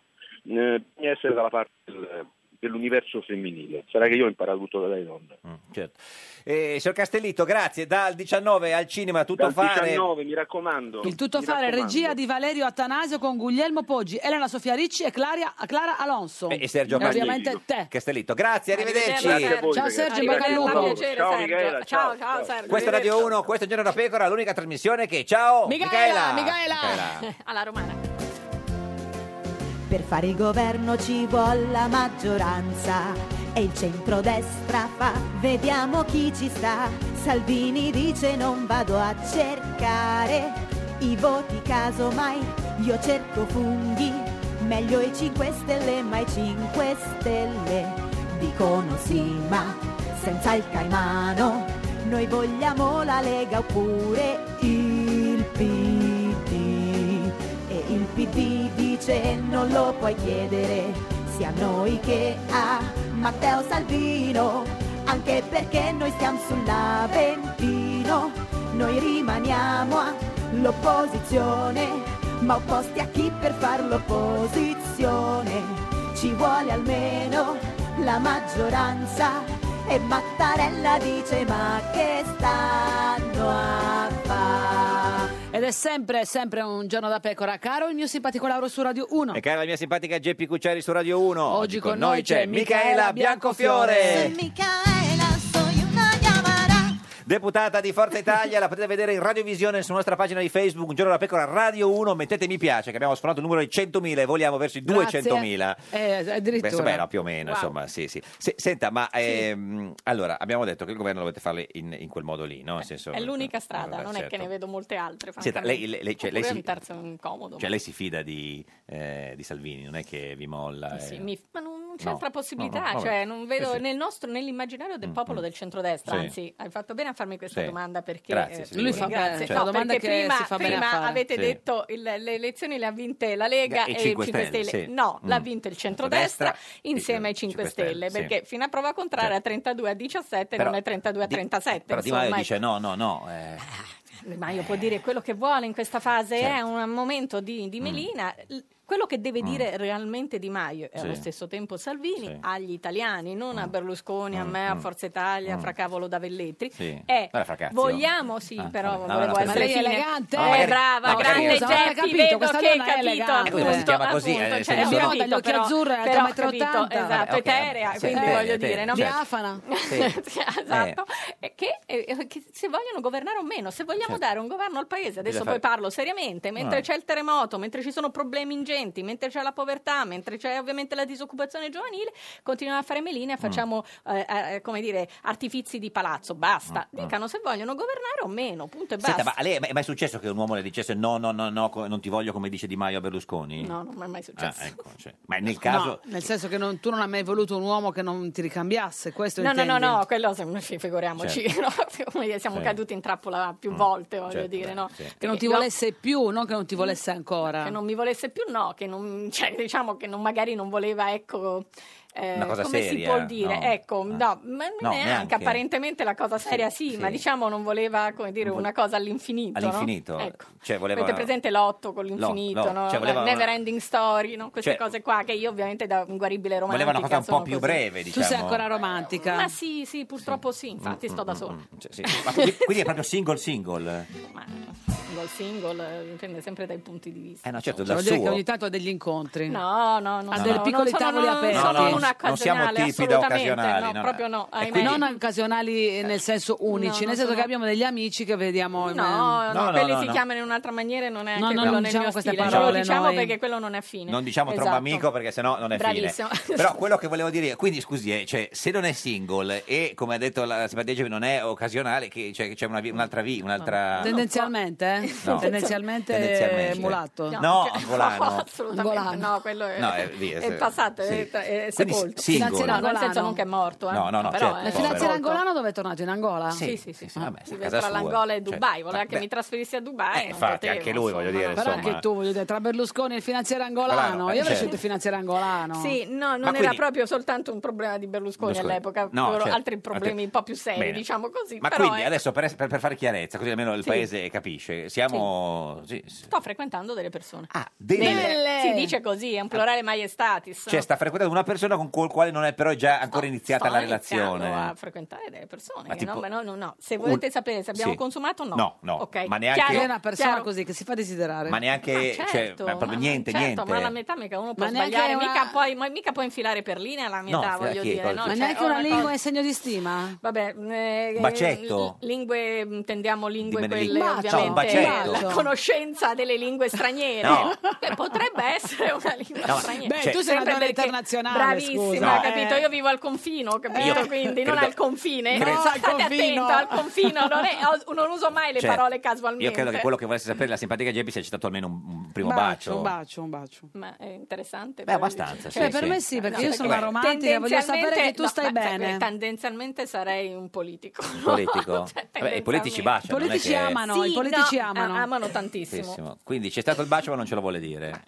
bisogna essere dalla parte del- dell'universo femminile. Sarà che io ho imparato tutto da lei, nonna. Certo. Eh, signor Castellitto, grazie. Dal 19 al cinema tutto Dal fare. 19, mi raccomando. Il tutto fare regia di Valerio Attanasio con Guglielmo Poggi, Elena Sofia Ricci e Claria- Clara Alonso. Eh, E Sergio E ovviamente Castellitto. te. Castellitto, grazie, arrivederci. Grazie a voi, Ciao, ragazzi. Sergio, in bocca al lupo. Ciao, Piacere, ciao, Sergio. Michela, Ciao, ciao, Sergio, Questa è Radio 1, questo è Giorno da Pecora, l'unica trasmissione che ciao Micaela, Michela. Micaela. Alla romana. Per fare il governo ci vuole la maggioranza e il centrodestra fa, vediamo chi ci sta. Salvini dice non vado a cercare i voti casomai, io cerco funghi, meglio i 5 stelle, ma i 5 stelle dicono sì, ma senza il caimano, noi vogliamo la Lega oppure il PD. E il PD dice non lo puoi chiedere sia a noi che a Matteo Salvino, anche perché noi stiamo sull'Aventino, noi rimaniamo all'opposizione, ma opposti a chi per far l'opposizione ci vuole almeno la maggioranza e Mattarella dice ma che stanno a fare? Ed è sempre, sempre un giorno da pecora, caro il mio simpatico Lauro su Radio 1. E cara la mia simpatica Geppi Cucciari su Radio 1. Oggi, con noi c'è Micaela Biancofiore, Micaela, soy una deputata di Forza Italia. la potete vedere in radiovisione sulla nostra pagina di Facebook. Un giorno da pecora, Radio 1. Mettete mi piace, che abbiamo sforato il numero di 100.000 e vogliamo verso i Grazie. 200.000. Eh, addirittura. Questo beh, no, più o meno, Wow. insomma, sì, sì. Se- senta, ma ehm, allora abbiamo detto che il governo dovete farlo in, in quel modo lì, no? Nel senso- È l'unica strada, Vabbè, non è certo. che ne vedo molte altre. Senta, francamente. lei- lei- lei- cioè, lei Oppure si- un terzo incomodo. Cioè, lei si fida di, eh, di Salvini, non è che vi molla. Eh sì, eh. mi- ma non c'è No, altra no, possibilità, no, vabbè. cioè non vedo Sì, sì. nel nostro, nell'immaginario del popolo del centrodestra, Sì. anzi hai fatto bene a farmi questa Sì. domanda perché Grazie, eh, sì, Lui fa grazie. bene, No, fa domande perché che prima, si fa bene a prima fare. avete Sì. detto il- le elezioni le ha vinte la Lega e E i il 5 5 Stelle, Stelle, sì. no, Mm. l'ha vinto il centrodestra insieme ai 5 Stelle, Stelle, sì. Cioè, perché fino a prova contraria 32 a 17 Però- non è 32 a 37, Però Di Maio insomma, dice no, no, no. eh. ma io può dire quello che vuole in questa fase, Certo. Mm. è un momento di, di melina. L- Quello che deve dire realmente Di Maio e Sì. allo stesso tempo Salvini agli italiani, non a Berlusconi, a Mm, me, a mm. Forza Italia, Mm. fra cavolo da Velletri, Sì. è Guarda, fra cazzo. vogliamo, sì, Ah, però vabbè. No, volevo no, no, essere scusi. fine. elegante. Eh, No, magari- brava, no, grande magari- Non l'ha Geppi, capito, vedo questa che hai donna è capito, elegante. Ecco come si chiama appunto, così, eh, appunto, nel cioè, senso- ho Però capito, dagli occhi però- azzurri, alto però ho metro capito, 80. Esatto, Ok, eterea, sì, quindi eterea, voglio eterea, dire, no? Diafana. Sì. Sì, esatto. E Che, eh, che se vogliono governare o meno, se vogliamo Certo. dare un governo al paese, adesso Bisogna poi fare- Ah. parlo seriamente, mentre No. c'è il terremoto, mentre ci sono problemi ingenti, mentre c'è la povertà, mentre c'è ovviamente la disoccupazione giovanile, continuiamo a fare meline Ah. e facciamo eh, eh, come dire, artifizi di palazzo, basta. Mm, mm. Dicano se vogliono governare o meno, punto e basta. Senta, ma a lei è mai- è mai successo che un uomo le dicesse no, no, no, no, co- non ti voglio come dice Di Maio a Berlusconi? No, non mi è mai successo. Ah, ecco, cioè, ma nel caso... No, nel senso che non- tu non hai mai voluto un uomo che non ti ricambiasse, questo No, no, no, intendi? no, quello se- sì, figuriamoci, Certo. no? Come dire, siamo Sì. caduti in trappola Mm. più volte, voglio certo, dire, no? Che eh. non ti No, volesse più, non che non ti volesse ancora. che non mi volesse più, no, che non, cioè, diciamo che non, magari non voleva, ecco, eh, Una cosa come si seria, può dire, no? Ah. ecco, no, ma No, neanche, neanche. apparentemente la cosa seria sì, sì. ma diciamo non voleva, come dire, Non vo- una cosa all'infinito, no? All'infinito. Ecco. Cioè, voleva... Avete presente l'otto con l'infinito, L'otto, no? cioè, voleva la una- never ending story, no? queste Cioè- cose qua che io ovviamente da un guaribile romantica Voleva una cosa un po' sono più così. breve, Tu sei diciamo. ancora romantica. Ma sì, sì, purtroppo sì, infatti sto da sola. Cioè, sì. Ma quindi, quindi è proprio single single? Single single, eh, dipende sempre dai punti di vista. Eh no, certo, Cioè, dal vuol dire che suo. ogni tanto ha degli incontri. No, no, no. Ha no, dei no, piccoli non sono- tavoli non aperti. sono No, no, una non siamo occasionale, tipi da assolutamente, occasionali, no, no. proprio no, ahimè. non occasionali eh, nel senso unici, nel no, senso sono- che abbiamo degli amici che vediamo. in- No, no, no, quelli no, si no. chiamano in un'altra maniera e non No, è che no, quello non nel diciamo mio queste stile. parole, Non lo diciamo noi. perché quello non è fine. Non diciamo Esatto. tromba amico perché sennò non è Bravissimo. fine. Però quello che volevo dire, quindi scusi, eh, cioè, se non è single e come ha detto la simpatia Gemini, non è occasionale, che, cioè, che c'è una vi- un'altra V, Ah, un'altra... Tendenzialmente, eh? No. tendenzialmente, Tendenzialmente. è mulatto. No, No, cioè- angolano. assolutamente no, quello è, No, è via, è se- passato, sì. è, è Quindi sepolto. s- singolo. No, nel senso non che è morto, eh. No, no, no, però certo, eh, Il finanziere sepolto. angolano dove è tornato? In Angola? Sì, sì, sì. sì. vabbè, se è Vive tra casa sua, l'Angola e cioè, Dubai, voleva vabbè. Eh, che mi trasferissi a Dubai. non infatti, potevo, anche lui, voglio dire, Però insomma. anche tu, voglio dire, tra Berlusconi e il finanziere angolano, Angolano, eh, io avrei certo. scelto il finanziere angolano. Sì, Ah, no, non Ma era quindi- proprio soltanto un problema di Berlusconi, Berlusconi. all'epoca, No, c'erano certo. altri problemi Altri- un po' più seri, Bene. diciamo così. Ma però quindi ecco, adesso per, per- per fare chiarezza, così almeno il Sì. paese capisce, siamo... sì, sì. sto frequentando delle persone. Ah, delle- Si dice così, è un plurale maiestatis. Cioè, sta frequentando una persona con col quale non è però già ancora iniziata Sto la iniziando relazione. a frequentare delle persone. Ma che no, tipo- ma no, no, no. Se un- volete sapere se abbiamo sì. consumato, no. No, no, Ok. ma neanche- Chiaro? È una persona Chiaro? così che si fa desiderare. Ma neanche... Certo, cioè, ma proprio ma- niente, certo, niente. ma la metà mica uno può Ma neanche sbagliare, una- mica, puoi, ma mica puoi infilare perline alla mia No, età, sì, voglio Eh, chi- dire. cosa- no? Ma Cioè, neanche ho una lingua cosa- è segno di stima? Vabbè, eh, Bacetto? l- lingue, mh, intendiamo lingue Dimmene quelle lingua. Bacio, ovviamente, bacetto. la conoscenza delle lingue straniere, No. che potrebbe essere una lingua No, cioè, ma- straniera. Beh, tu sei una Sempre donna perché- internazionale, Bravissima, scusa. capito? Eh. Io vivo al confino, capito? Io Quindi non credo- al confine, credo- state No, al confino. attento al confino, non, è- ho- non uso mai le Cioè, parole casualmente. Io credo che quello che volesse sapere la simpatica Geppi sia citato almeno un, un primo Un bacio, un bacio. Ma è interessante. Beh, abbastanza, sì, Cioè, per sì. me sì, perché No, io perché sono una beh, romantica, voglio sapere che tu no, stai ma sai, bene. Tendenzialmente sarei un politico. no? Politico? Cioè, Vabbè, i tendenzialmente. politici baciano, non è che- Sì, amano, i politici no, amano. a- Amano tantissimo. Benissimo. Quindi c'è stato il bacio ma non ce lo vuole dire.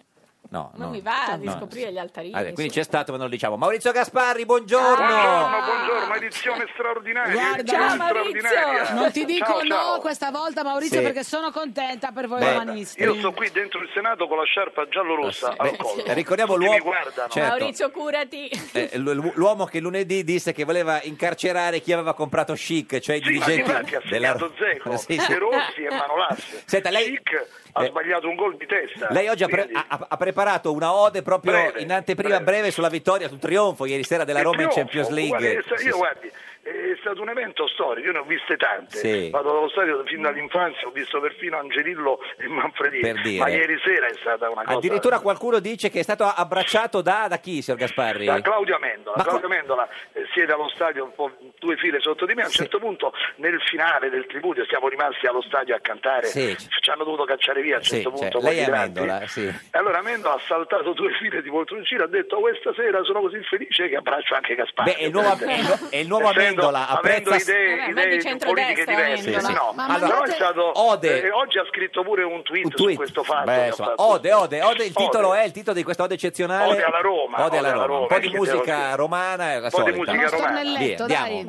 No, Non no. mi va di No. scoprire gli altarini. Allora, quindi c'è stato, ma non lo diciamo. Maurizio Gasparri, buongiorno! Buongiorno, buongiorno, edizione straordinaria. Guarda, edizione ciao, Maurizio! straordinaria. Non ti dico Ciao, no ciao. questa volta, Maurizio, Sì. perché sono contenta per voi Guarda, romanisti. Io sto qui dentro il Senato con la sciarpa Eh, giallo-rossa al collo. ricordiamo Tutti l'uomo- mi guardano. Certo. Maurizio, curati. Eh, l- l- l'uomo che lunedì disse che voleva incarcerare chi aveva comprato Chic, cioè i Sì, ma infatti dirigenti ha della segnato Zeco, Sì, sì. De Rossi e Manolas. Senta, lei- eh, Schick ha sbagliato un gol di testa. Lei oggi ha, pre- Quindi- ha- ha preparato una ode proprio Breve, in anteprima breve. sulla vittoria, sul trionfo ieri sera della Il Roma in trionfo, Champions guarda, League. io sta- io, guardi, è stato un evento storico, io ne ho viste tante. Sì. Vado allo stadio fin dall'infanzia, ho visto perfino Angelillo e Manfredini. Per dire. Ma ieri sera è stata una cosa. Addirittura qualcuno dice che è stato abbracciato da, da chi, signor Gasparri? Da Claudio Amendola, Ma Claudio Amendola eh, siede allo stadio un po' due file sotto di me. A un certo punto, nel finale del tripudio, siamo rimasti allo stadio a cantare. Sì, c- Ci hanno dovuto cacciare via a un Sì, certo cioè, punto. lei con è i migranti. Amendola, sì. E allora Amendola ha saltato due file di poltroncino. Ha detto: Questa sera sono così felice che abbraccio anche Gasparri. Eh, Beh, è il nuovo- è il nu- è il nuovo Essendo- Amendola, Avendo apprezza- idee, Vabbè, ma è idee di centrodestra, politiche diverse, Amendola. Sì, sì. no. Ma Però mandate- è stato. Ode. eh, oggi ha scritto pure un tweet, Un su tweet. questo fatto. Beh, che ha insomma, fatto. ode, ode, ode, il titolo Ah, Ode. è il titolo di questa ode eccezionale. Ode alla Roma, Ode alla Roma. Un po' di perché musica devo- romana, è la Un po' di solita. musica Uno romana. stornelletto, Via, dai. andiamo.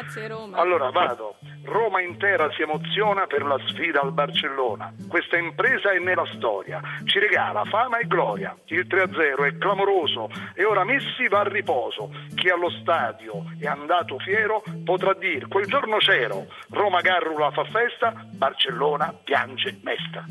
Grazie, Roma. Allora vado. Roma intera si emoziona per la sfida al Barcellona. Questa impresa è nella storia. Ci regala fama e gloria. Il 3-0 è clamoroso e ora Messi va a riposo. Chi allo stadio è andato fiero potrà dire quel giorno c'ero. Roma Garrula fa festa, Barcellona piange mesta.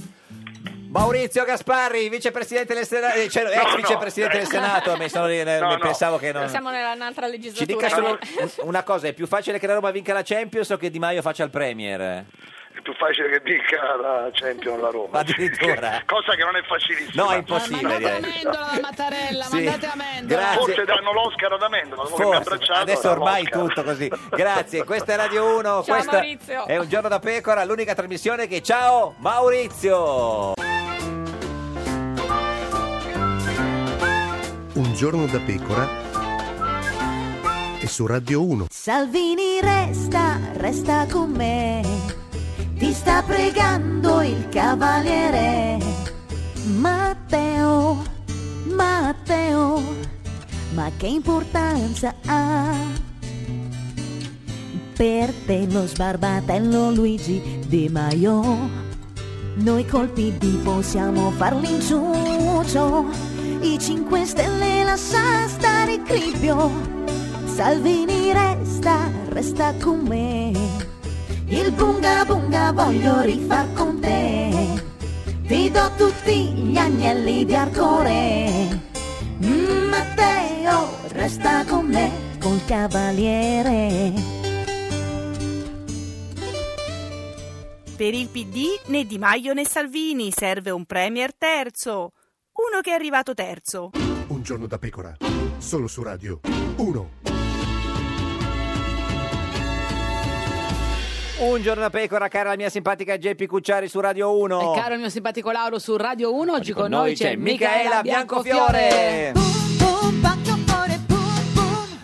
Maurizio Gasparri, vicepresidente del Senato, eh, cioè, ex no, vicepresidente del eh. Senato, mi sono- eh, No, mi no. pensavo che non... Siamo nella- nell'altra Ci legislatura. dica solo eh. una cosa, è più facile che la Roma vinca la Champions o che Di Maio faccia il Premier? È più facile che dica la Champion la Roma. Addirittura. Cosa che non è facilissima. No, è impossibile direi. Amendola, la Mattarella, Sì. mandate Amendola. Grazie. Forse danno l'Oscar ad Amendola, dopo che mi ha Forse, abbracciato, adesso danno ormai l'Oscar. tutto così. Grazie, questa è Radio 1, Ciao, questa Maurizio. è un giorno da pecora, l'unica trasmissione che ciao Maurizio. Un giorno da pecora e su Radio 1. Salvini resta, resta con me, ti sta pregando il cavaliere. Matteo, Matteo, ma che importanza ha? Per te lo sbarbatello Luigi Di Maio, noi col PD possiamo farli in ciuccio, i 5 Stelle lascia stare il cribbio. Salvini resta, resta con me. Il bunga bunga voglio rifar con te. Ti do tutti gli agnelli di arcore. Mm, Matteo resta con me, col cavaliere. Per il PD né Di Maio né Salvini serve un premier terzo. Uno che è arrivato terzo. Un giorno da pecora, solo su Radio 1. Un giorno da pecora, cara la mia simpatica Geppi Cucciari su Radio 1. E caro il mio simpatico Lauro su Radio 1, oggi con con noi c'è Micaela Biancofiore.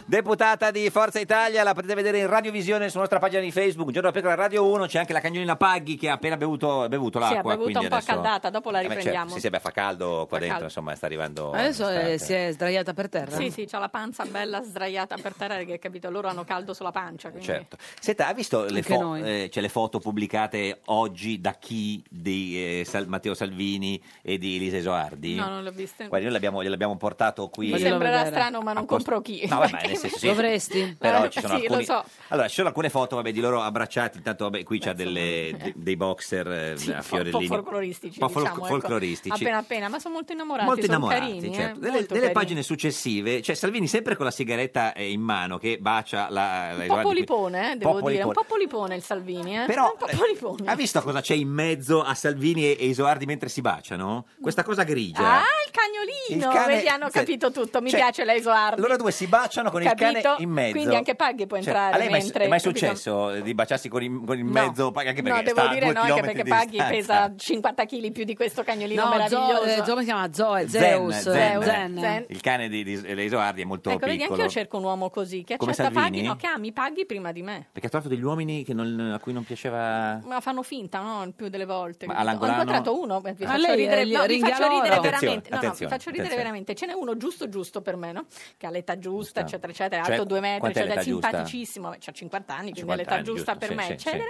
Deputata di Forza Italia, la potete vedere in radiovisione sulla nostra pagina di Facebook, Un Giorno da Pecora Radio 1, c'è anche la cagnolina Paghi che ha appena bevuto, bevuto Sì, l'acqua. ha bevuta quindi un po' adesso- accaldata, dopo la Eh, beh, certo, riprendiamo. sì, sì, beh, fa caldo qua dentro, caldo. insomma, sta arrivando. Adesso eh, l'estate. si è sdraiata per terra. Sì, sì, c'ha la panza bella sdraiata per terra, perché capito, loro hanno caldo sulla pancia. Quindi... Certo. Senta, ha visto le, Anche fo- noi. eh, c'è le foto pubblicate oggi da chi di eh, Sal- Matteo Salvini e di Elisa Esoardi? No, non l'ho vista. Guardi, noi l'abbiamo, gliel'abbiamo portato qui. Mi sembrerà strano, ma non A cost- compro chi. Eh, No, vabbè, nel senso, sì. Dovresti. Però ci sono sì, alcuni... lo so. Allora, ci sono alcune foto vabbè, di loro abbracciati. Intanto, vabbè, qui c'ha delle- de- dei boxer eh, Sì, a un po' fiorellini. folcloristici, Un po' fol- diciamo, ecco. folcloristici. Appena appena, ma sono molto innamorati, Molto sono innamorati, carini, certo. eh, Delle, molto delle carini. pagine successive, cioè Salvini sempre con la sigaretta eh, in mano che bacia la, la Un po' Esoardi, quindi- polipone, eh, Un devo dire, po' un polipone. po' polipone il Salvini, eh. Però, un po' polipone. Ha visto cosa c'è in mezzo a Salvini e e Isoardi mentre si baciano? Questa cosa grigia. Ah, il cagnolino, Il cane- vedi, hanno cioè- capito tutto, mi cioè, piace lei Esoardi. Loro due si baciano con il Capito? cane in mezzo. Quindi anche Paghi può Cioè, entrare A lei è mai- mentre- è mai capito? successo eh, di baciarsi con il, con il mezzo? Paghi, Anche perché no, devo sta a dire due no, anche chilometri perché di Paghi distanza. pesa 50 kg più di questo cagnolino No, Zoe, meraviglioso. eh, Zoe si chiama Zoe, Zen, Zeus. Zen. Zen. eh, Zen. Il cane di, di di Isoardi è molto ecco, vedi, piccolo. anche io cerco un uomo così, che Come accetta Paghi, Salvini? no, che ami Paghi prima di me. Perché ha trovato degli uomini che non- a cui non piaceva... Ma fanno finta, no? Il più delle volte. capito? Ma Ho all'Angolano- incontrato uno, vi Ah, faccio lei è ridere, il no, vi faccio ringhialoro. ridere Attenzione, veramente. No, no, attenzione, faccio ridere attenzione. veramente. Ce n'è uno giusto giusto per me, no? Che ha l'età giusta, Giusta. eccetera, eccetera, Cioè, alto due metri, quant'è eccetera, è l'età giusta? simpaticissimo, cioè, ha 50 anni, quindi 50 è l'età anni, giusta giusto, per sì, me, sì, sì. eccetera.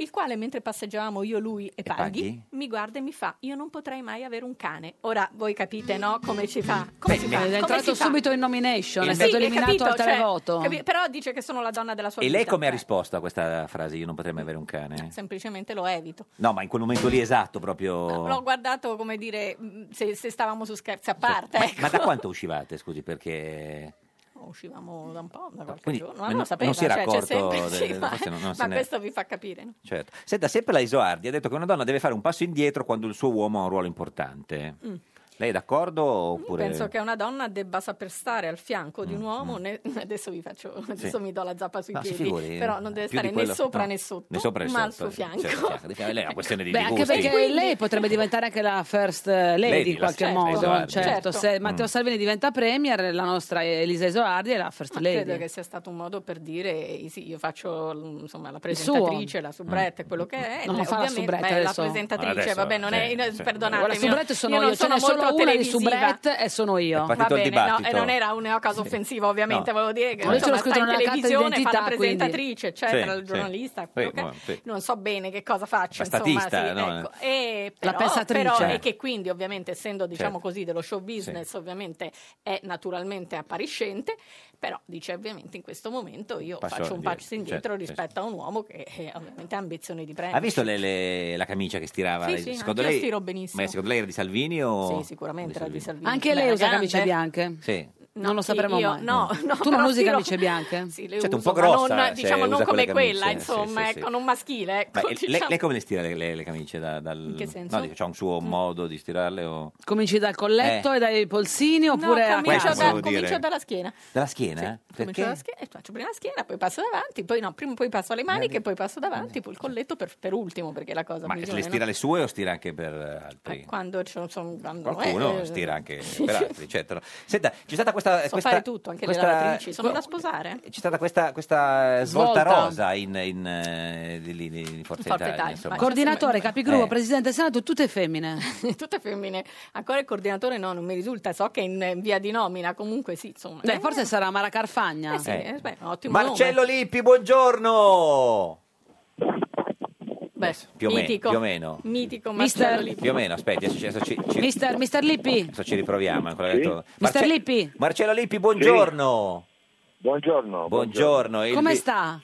Il quale mentre passeggiavamo io, lui e, Paghi, Paghi? mi guarda e mi fa: Io non potrei mai avere un cane. Ora voi capite, no? Come ci fa? Come Beh, si fa? è Come entrato si fa? subito in nomination, è Sì, stato hai eliminato capito, al cioè, televoto. capi- però dice che sono la donna della sua E lei vita. come ha Eh, risposto a questa frase? Io non potrei mai avere un cane. Semplicemente lo evito. No, ma in quel momento lì esatto, proprio. L'ho guardato come dire mh, se, se stavamo su scherzi a parte. Cioè, Ma, ecco. ma da quanto uscivate, scusi? Perché. Uscivamo da un po', da qualche Quindi, giorno. ma Ah, non, non- lo sapeva, non si era cioè, c'è accorto sempre- del- sì, ma, forse non- non se ma ne- questo vi fa capire. no? Certo. Senta, sempre la Isoardi ha detto che una donna deve fare un passo indietro quando il suo uomo ha un ruolo importante. Mm. Lei è d'accordo? Oppure... Penso che una donna debba saper stare al fianco di un uomo, né- adesso vi faccio, adesso mi do la zappa sui Mm, No, si piedi, figuri, però non deve più stare di quello- né sopra no, né sotto, né sopra né ma al sotto, suo certo, fianco. certo, di fianco. Lei è una questione di Beh, anche gusti. perché lei potrebbe diventare anche la first eh, lady Lady, in la qualche certo, modo. Isoardi. Certo, Certo. se Matteo Mm. Salvini diventa premier, la nostra Elisa Isoardi è la first Ma lady. credo che sia stato un modo per dire eh, sì, io faccio l- insomma, la Il suo. presentatrice, la Mm. subretta, quello che è. No, e non fa la ovviamente- subretta Eh, beh, adesso. la presentatrice, Adesso, vabbè, non sì, è, sì. perdonatemi. La subretta sono io, non ce n'è sono solo molto una di televisiva. subrette e sono io. Va bene, no, e non era una cosa offensiva, No. ovviamente, volevo dire che No, io ce l'ho insomma, scritto sta in nella carta televisione, fa la d'identità, quindi. presentatrice, eccetera, Sì, il sì. giornalista, Sì, quello che- ma- sì. non so bene che cosa faccio, La insomma, statista, sì, no? eh. ecco. E La però, pensatrice. però- e che quindi ovviamente essendo diciamo Certo. così dello show business, Sì. ovviamente è naturalmente appariscente, però dice ovviamente in questo momento io Passo faccio un indietro, passo indietro certo, rispetto a un uomo che eh, ovviamente ha ambizioni di prendere. Ha visto le- le- la camicia che stirava? Sì, sì, secondo anch'io lei, stiro benissimo. Ma secondo lei era di Salvini o... Sì, sicuramente era di Salvini. Anche Beh, lei usa grande. camicie bianche? Sì. non lo sì, sapremo io- mai. no, no, tu però non usi sì, lo- camicie bianche? Sì, le Certo, un uso, po' ma grossa, non, se diciamo, non usa come quelle camicie, quella, sì, insomma, sì, sì. ecco, non maschile, ecco, Ma e- lei, diciamo. lei come le stira le, le- le camicie? Da- dal- In che senso? Mm. No, dico, c'ha un suo modo di stirarle o... Cominci dal colletto Eh. e dai polsini oppure a comincio caso? da- Volevo dire- Comincio dalla schiena. Dalla schiena? eh? Comincio dalla Perché? schiena, faccio prima la schiena, poi passo davanti, poi no, prima poi passo alle maniche, poi passo davanti, poi il colletto per, per ultimo, perché è la cosa cioè. Ma migliore. le stira no? le sue o stira anche per altri? Eh, Quando ci sono quando Qualcuno eh, stira anche per altri, certo. Senta, c'è stata questa... So questa- fare tutto, anche questa- le lavatrici, sono da sposare. C'è stata questa, questa svolta, Svolta. rosa in, in, eh, di, di- di Forza, Forza Italia. Italia, insomma. ma- Coordinatore, capigruppo, Eh. presidente del Senato, tutte femmine. Tutte femmine. Ancora il coordinatore no, non mi risulta, so che è in eh, via di nomina, comunque sì, insomma. Beh, forse sarà Mara Carfagna. Eh sì, eh, beh, ottimo Marcello nome. Lippi, buongiorno! Beh, Più o meno, mitico. più o meno. Mitico Mister- Marcello Lippi. Più o meno, aspetti, adesso ci, adesso ci- ci- Mister, Mister Lippi, adesso ci riproviamo. ancora detto- Mister Marce- Lippi, Marcello Lippi, buongiorno! Buongiorno. Buongiorno. il- come sta?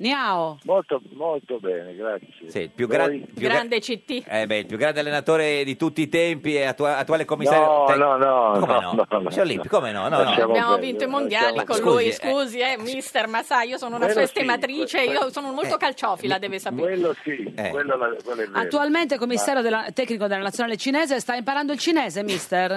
Niao. Molto, molto bene, grazie. Sì, il più gra- più gra- Grande CT. eh beh, il più grande allenatore di tutti i tempi e attua- attuale commissario. No, te- no, no, Come no, no? no, no, Marcello Lippi, come no? No, no. Lasciamo Abbiamo vinto i mondiali Ma con scusi, lui, eh, scusi, eh, mister, ma sai, io sono una Quello sua sì, estimatrice, que- eh, io sono molto calciofila, deve sapere. Quello sì, Eh. quello, la- quello è vero. Attualmente commissario della- tecnico della nazionale cinese, sta imparando il cinese, mister?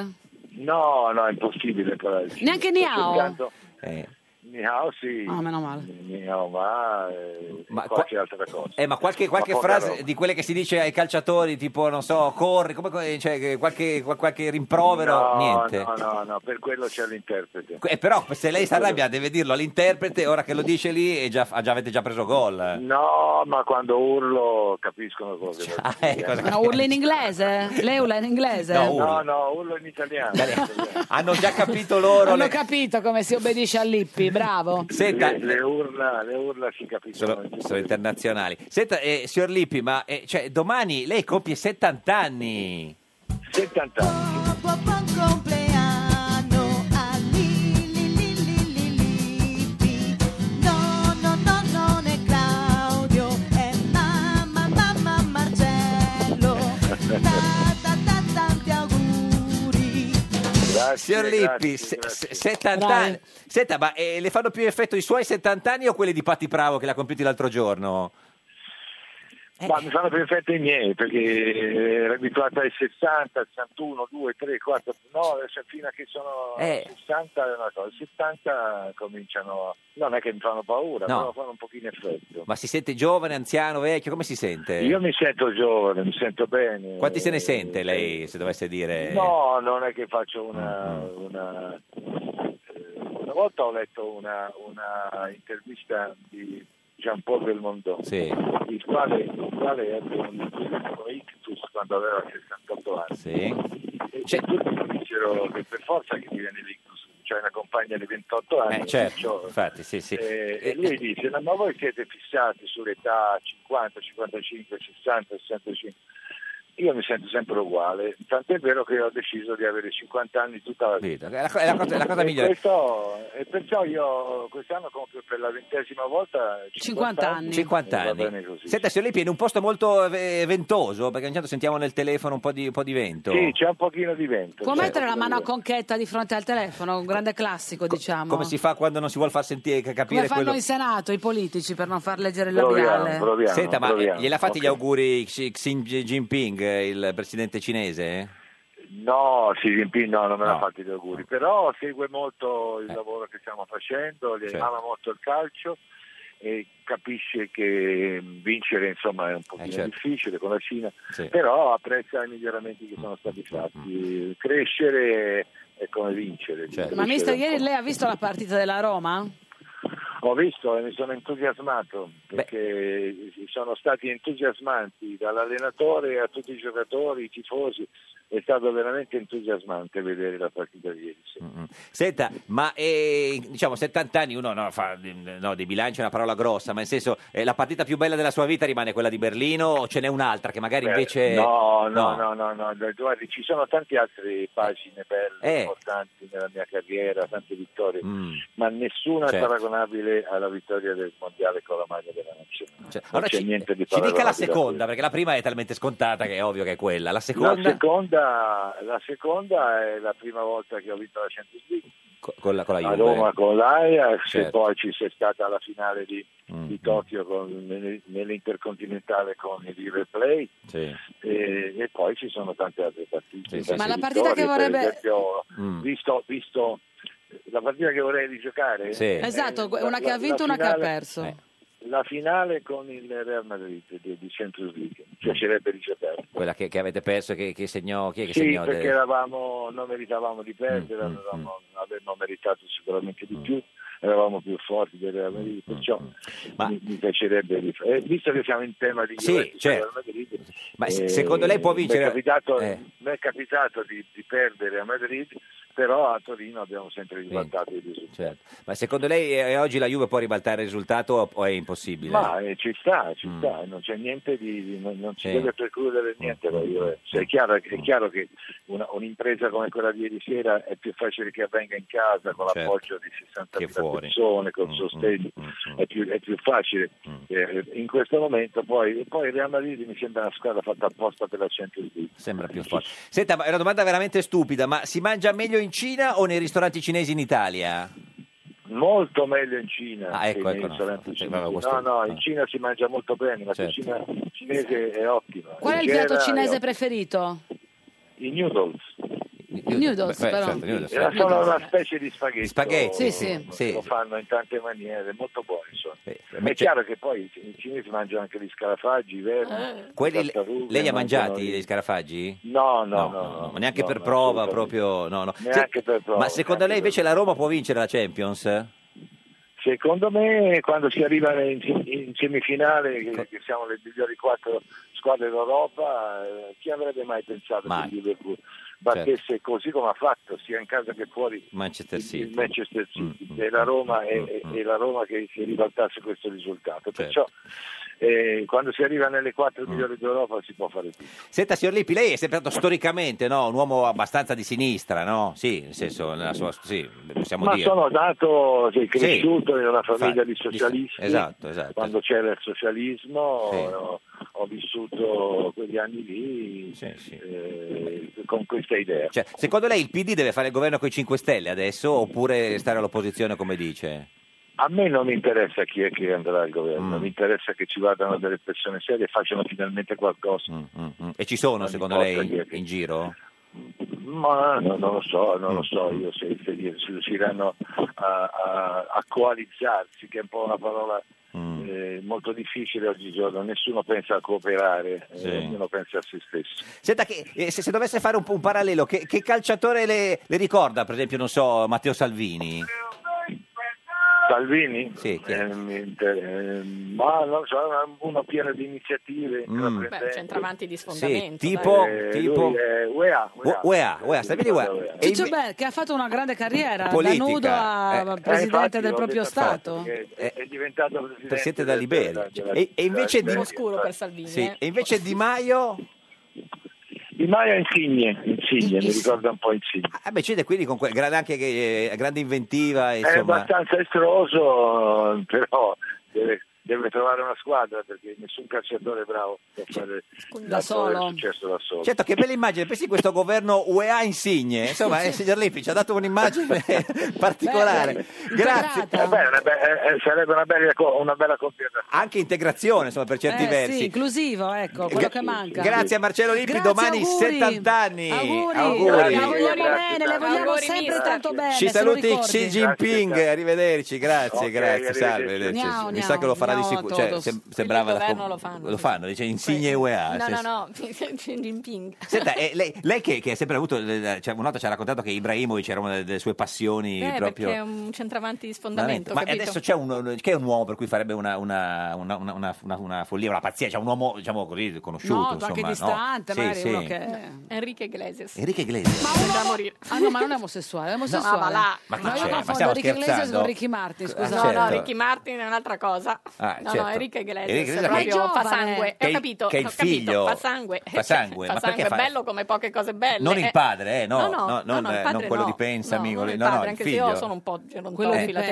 No, no, è impossibile. però- eh, Neanche sto Niao? cercando- Eh. Niao sì. Ah, meno male. Niao, ma, eh, qualche altra cosa. eh, ma qualche, qualche Ma poca frase roba. di quelle che si dice ai calciatori, tipo, non so, corri, come- come- cioè, che qualche, qual- qualche rimprovero, no, niente. No, no, no, per quello c'è l'interprete. Eh, però se lei si arrabbia deve dirlo all'interprete, ora che lo dice lì è già- ah, già avete già preso gol. Cioè, No, ma quando urlo capiscono cosa vuol dire. eh, No, urla in inglese? Lei urla in inglese? No, no, urlo in italiano. Hanno già capito loro. Hanno le- capito come si obbedisce a Lippi, bravo. Senta, le, le urla, le urla si capiscono. sono, sono internazionali. Senta, eh, signor Lippi, ma eh, cioè, domani lei compie 70 anni. 70 anni. Buon compleanno Ah, a Lili, Lili, Lili, Lili. No, no, no, non è Claudio, è mamma, mamma Marcello. Ta, ta, ta, tanti auguri. Signor Lippi, se- se- 70 anni. Senta, ma eh, le fanno più effetto i suoi 70 anni o quelli di Patti Bravo che l'ha compiuti l'altro giorno? Eh. Ma mi fanno per effetto i miei, perché eh, ero abituato ai 60, 61, 2, 3, 4, 9, cioè fino a che sono Eh. 60 è una cosa, 70 cominciano, non è che mi fanno paura, No. però fanno un pochino effetto. Ma si sente giovane, anziano, vecchio? Come si sente? Io mi sento giovane, mi sento bene. Eh, Quanti se ne sente lei, se dovesse dire? No, non è che faccio una... una- eh, una volta ho letto una, una intervista di Jean-Paul Belmondo, Sì. il quale, il quale ebbe un ictus quando aveva 68 anni. Sì. Cioè- E e tutti mi dissero che per forza che mi viene l'ictus, cioè una compagna di 28 anni. Eh, certo, perciò- infatti, sì, sì. eh, e lui dice, "No, ma voi siete fissati sull'età 50, 55, 60, 65. Io mi sento sempre uguale, tant'è vero che ho deciso di avere 50 anni tutta la vita. È la, co- è la cosa- è la cosa E migliore. questo- e perciò io quest'anno compio per la ventesima volta 50, 50 E va anni. bene così. Senta, signor Lippi, in un posto molto eh, ventoso, perché ogni tanto sentiamo nel telefono un po' di, un po' di vento. Sì, c'è un pochino di vento. cioè, Può mettere la eh, mano a conchetta di fronte al telefono, un grande classico, diciamo. Come si fa quando non si vuole far sentire, ca- Come capire fanno quello... in Senato i politici per non far leggere il Proviamo, labiale? proviamo, Senta, ma eh, proviamo. gliel'ha fatti Ok. gli auguri Xi Xi Jinping, eh, il presidente cinese? No, Xi Jinping no, non me l'ha No. fatto gli auguri, però segue molto il lavoro che stiamo facendo, le- Eh. Certo. ama molto il calcio e capisce che mh, vincere insomma è un pochino certo. difficile con la Cina, Sì. Mm, però apprezza i miglioramenti che sono stati fatti. Crescere è come vincere. Certo. Ma Crescere mister, è un ieri lei ha visto la partita della Roma? Eh, Ho visto e mi sono entusiasmato perché sono stati entusiasmanti dall'allenatore a tutti i giocatori, i tifosi. È stato veramente entusiasmante vedere la partita di ieri sera. Senta, ma eh, diciamo 70 anni uno no, fa no, dei bilanci è una parola grossa, ma nel senso eh, la partita più bella della sua vita rimane quella di Berlino o ce n'è un'altra che magari invece... No, no, no, no, no, guardi, ci sono tante altre pagine belle, Eh. importanti nella mia carriera, tante vittorie, Mm. ma nessuna Certo. è paragonabile alla vittoria del mondiale con la maglia della nazionale. Cioè, Non allora c'è ci, niente di ci dica la paragonabile a seconda, perché la prima è talmente scontata che è ovvio che è quella. La seconda, La seconda, la seconda è la prima volta che ho vinto la Champions League co- con la, con la a Juve. Roma con l'Ajax Certo. e poi ci sei stata la finale di, Mm. di Tokyo con- nel- nell'Intercontinentale con il River Plate Sì. e, e poi ci sono tante altre partite. Sì, sì, Ma Tante la partita vittorie, che vorrebbe- per esempio, Mm. visto, visto la partita che vorrei rigiocare Sì. è Esatto, la- una che la- ha vinto e la una che ha finale- perso. Eh. La finale con il Real Madrid di, di Champions League, Mm. mi piacerebbe rigiocare. Quella che, che avete perso, che, che segnò... Chi è che Sì, segnò? perché del- Mm, eravamo, non meritavamo di perdere, avevamo, avremmo meritato sicuramente di più, eravamo più forti del Real Madrid, Mm, perciò mi, mi piacerebbe di eh, Cioè, Visto che siamo in tema di Sì, Juventus e certo. Real Madrid, Ma se- eh, secondo lei può mi è vincere- capitato- eh. Mi è capitato di, di perdere a Madrid, però a Torino abbiamo sempre ribaltato i risultati. Certo. Ma secondo lei eh, oggi la Juve può ribaltare il risultato o- o è impossibile? Mm. Ma eh, ci sta, ci sta, non c'è niente di, di- non, non ci Sì. Mm. deve precludere niente. la Juve. Cioè, è, chiaro, è chiaro che una- un'impresa come quella di ieri sera è più facile che avvenga in casa Certo. con l'appoggio di 60.000 persone, Mm, col sostegno, è, più, è più facile. Eh, in questo momento poi, poi il Real Madrid mi sembra una squadra fatta apposta per la Champions League. Sembra più forte. Senta, ma è una domanda veramente stupida, ma si mangia meglio in Cina o nei ristoranti cinesi in Italia? Molto meglio in Cina. Ah, ecco, che nei ecco, no, ristoranti sì, cinesi. avevo no, questo- no, in Cina si mangia molto bene, la Certo. cucina cinese è ottima. Qual è il Leggera piatto e cinese ottima. preferito? I noodles. I noodles, Beh, però. certo, noodles, Era certo. solo una specie di spaghetti. Spaghetti. Sì, sì. Sì. Lo fanno in tante maniere, molto buoni sono. Ma c'è- è chiaro che poi i cinesi mangiano anche gli scarafaggi, i Ah. vermi, le Quelli- tartarughe, lei li ha mangiano mangiati i- gli scarafaggi? No, no, no, ma no, neanche no, per no, prova, assolutamente. proprio no, no. Neanche Se- per prova, Ma secondo lei neanche invece la Roma può vincere la Champions? Secondo me quando si arriva in, in semifinale, che, che siamo le migliori quattro squadre d'Europa, eh, chi avrebbe mai pensato Mai. Certo. che il Liverpool battesse così come ha fatto, sia in casa che fuori Manchester City. il Manchester City Mm, e, la Roma, e, e la Roma che si ribaltasse questo risultato. Certo. Perciò eh, quando si arriva nelle Mm. quattro migliori d'Europa si può fare tutto. Senta, signor Lippi, lei è sempre stato storicamente no, un uomo abbastanza di sinistra, no? Sì, nel senso, nella sua, sì, possiamo Ma dire. sono nato e Sì. cresciuto in una famiglia Fa- di socialisti. Esatto, esatto. Quando c'era il socialismo Sì. ho, ho vissuto quegli anni lì eh, con questa idea. Cioè, secondo lei il PD deve fare il governo con i 5 Stelle adesso oppure stare all'opposizione come dice? A me non mi interessa chi è che andrà al governo, Mm. mi interessa che ci vadano delle persone serie e facciano finalmente qualcosa. Mm. E ci sono, secondo lei, importa chi in, in giro? Ma no, non lo so, non lo so io se, se riusciranno a, a- a coalizzarsi, che è un po' una parola Mm. eh, molto difficile oggigiorno, nessuno pensa a cooperare, eh, Sì. ognuno pensa a se stesso. Senta, che, eh, se, se dovesse fare un, un parallelo, che, che calciatore le, le ricorda, per esempio, non so, Matteo Salvini? Salvini? Sì, chi è? Eh, niente, eh, ma non so, una- una piena di iniziative. Eh, Mm. Beh, centravanti di Sì, sfondamento. tipo, dai. tipo... UEA, UEA, UEA, Salvini UEA. E Eh, Ciccio Bel, che ha fatto una grande carriera, da Politica, nudo a eh. presidente Eh, infatti, del ho proprio detto a Fabio Stato. che È, è diventato presidente, Presidente del- dell'Iberia. della- della- E, e invece di... della- Salvini. eh. Sì, eh. eh, e invece Di Maio... Di Maio Insigne, Insigne, mi ricorda un po' Insigne. Ah beh, c'è quindi con quel- grande, anche che- eh, grande inventiva, È insomma... abbastanza estroso, però deve, deve trovare una squadra perché nessun calciatore è bravo può fare può solo. avere successo da solo. Certo, che bella immagine, pensi questo governo UEA insigne, insomma, il signor Lippi ci ha dato un'immagine particolare. Grazie. Eh beh, è una be- eh, eh, sarebbe una bella, co- una bella conferma. Anche integrazione, insomma, per certi Eh, versi. sì, inclusivo, ecco, quello Gra- che manca. Grazie a Marcello Lippi, Grazie, domani auguri. 70 anni. Auguri, Auguri. la vogliamo Grazie, bene, le grazie. vogliamo Auguri, sempre mister. tanto bene. Ci se lo saluti ricordi. Xi Jinping, arrivederci, grazie, Ok, grazie, salve. arrivederci. arrivederci. Gnao, Mi gnao, sa che lo farà di gnao a sicuro, cioè, todos. sem- Quelli sembrava del la governo com- lo fanno. dice insigne UEA. No, cioè, no, no, Xi Jinping. Senta, eh, lei, lei che, che ha sempre avuto, eh, cioè, una volta ci ha raccontato che Ibrahimovic era una delle sue passioni Eh, proprio... perché è un centravanti di Veramente. sfondamento, Ma capito? adesso c'è un, che è un uomo per cui farebbe una, una, una, una, una, una- una follia, una pazzia, c'è un uomo diciamo così conosciuto, Noto, insomma, anche no? distante, Sì, magari sì. uno che... Eh, Enrique Iglesias. Enrique Iglesias. da morire. Ah no, ma non è omosessuale, è omosessuale. No, ma là. Ma chi no, io c'è? Ma confondo stiamo Ricky Iglesias scherzando? con Ricky Martin, Ah, scusa. No, certo. no, Ricky Martin è un'altra cosa. Ah, no, certo. no, Enrique Enrique Iglesias Iglesias è proprio ma è fa sangue. Che- ho capito, che è il ho capito, figlio. fa sangue. Fa sangue, Fa ma sangue, perché fa- bello come poche cose belle. Non Eh, il padre, eh, no, no, no, no, no, non, no, il eh, non padre quello no. di Pensa, No, amico, non il no, no, padre, il anche figlio. se io sono un po' Quello che gerontofila penso,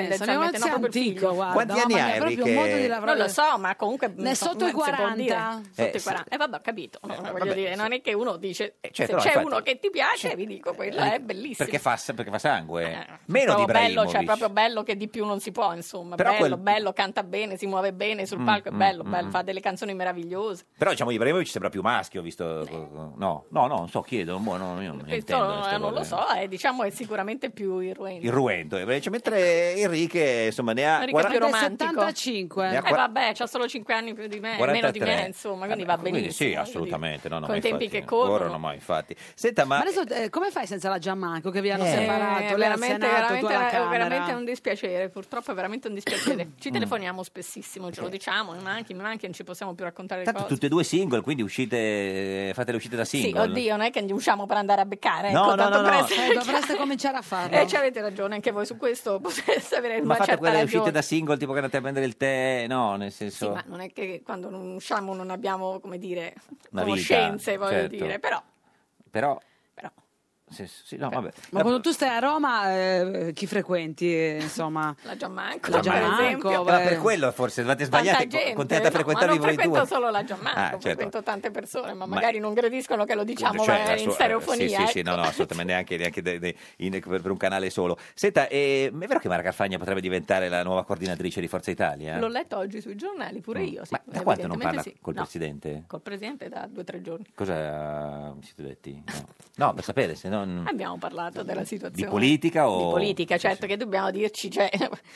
neanche tendenzialmente, no, eh, proprio il antico, figlio. guarda, Quanti mamma anni mia, ha proprio Enrique? un modo di lavorare. Non lo so, ma comunque Ne è insomma, sotto i si può dire. 40? Sotto Eh, i 40. E vabbè, ho capito. no, voglio vabbè, dire, non è che uno dice certo, se no, c'è infatti. Cioè, eh, ecco, uno che ti piace, vi dico quella è bellissima. Perché fa, perché fa sangue. Meno proprio bello, di Ibrahimovic. cioè proprio bello che di più non si può, insomma, Però bello, quel- bello, canta bene, si muove bene sul Mm, palco, è mm, bello, mm, bello, mm. fa delle canzoni meravigliose. Però diciamo Ibrahimovic sembra più maschio, visto... No, no, no, non so, chiedo, boh, no, io non Questo intendo queste eh, non lo cose. so, è, diciamo è sicuramente più irruente. Il ruento, eh, cioè, mentre Enrique insomma ne ha Enrico è 40 più romantico. 75. Ne ha Eh quar- vabbè, c'ha solo 5 anni più di me, meno di 43. me, insomma, quindi va benissimo. Eh, Quindi sì, voglio assolutamente. No, no, Con ma i tempi infatti, che corrono. corrono, ma infatti. Senta, ma, Ma adesso eh, come fai senza la Giammanco che vi hanno Eh, separato? Lei al veramente, Senato, tu veramente, alla è Camera. veramente un dispiacere, purtroppo è veramente un dispiacere. Mm. Ci telefoniamo spessissimo, ce lo diciamo, mi manchi, mi manchi, non ci possiamo più raccontare le tanto cose. tutte e due single, quindi uscite, fate le uscite da Sì, single. oddio, non è che usciamo per andare a beccare, No, ecco, no, tanto no, per no. essere Eh, dovreste cominciare a farlo. E ci avete ragione, anche voi su questo potete avere Ma una fate certa quelle uscite ragione. da single, tipo che andate a prendere il tè, no, nel senso... Sì, ma non è che quando non usciamo non abbiamo, come dire, Una vita, conoscenze, voglio certo. dire, però Però... Sì, sì, no, vabbè. Ma quando tu stai a Roma, eh, chi frequenti? eh, Insomma, la Giammanco, la Giammanco, Giammanco. Eh, ma per quello forse avete sbagliato, tanta gente, con tanta no, ma frequentarvi voi non due. frequento solo la Giammanco, Ah, certo. frequento tante persone, ma Ma- magari non gradiscono che lo diciamo Cioè, magari la in sua- stereofonia. Sì, sì, sì, ecco. no, no, assolutamente neanche, neanche de- de- in- per, per un canale solo. Senta, eh, è vero che Mara Carfagna potrebbe diventare la nuova coordinatrice di Forza Italia? L'ho letto oggi sui giornali, pure io. Sì, eh. Mm. Ma da quanto non evidentemente parla sì. col No, presidente? Col presidente da due o tre giorni. Cosa vi siete detti? No, No, per sapere, se non... Abbiamo parlato della situazione. politica Oh, o- Di politica, certo, che dobbiamo dirci. Cioè,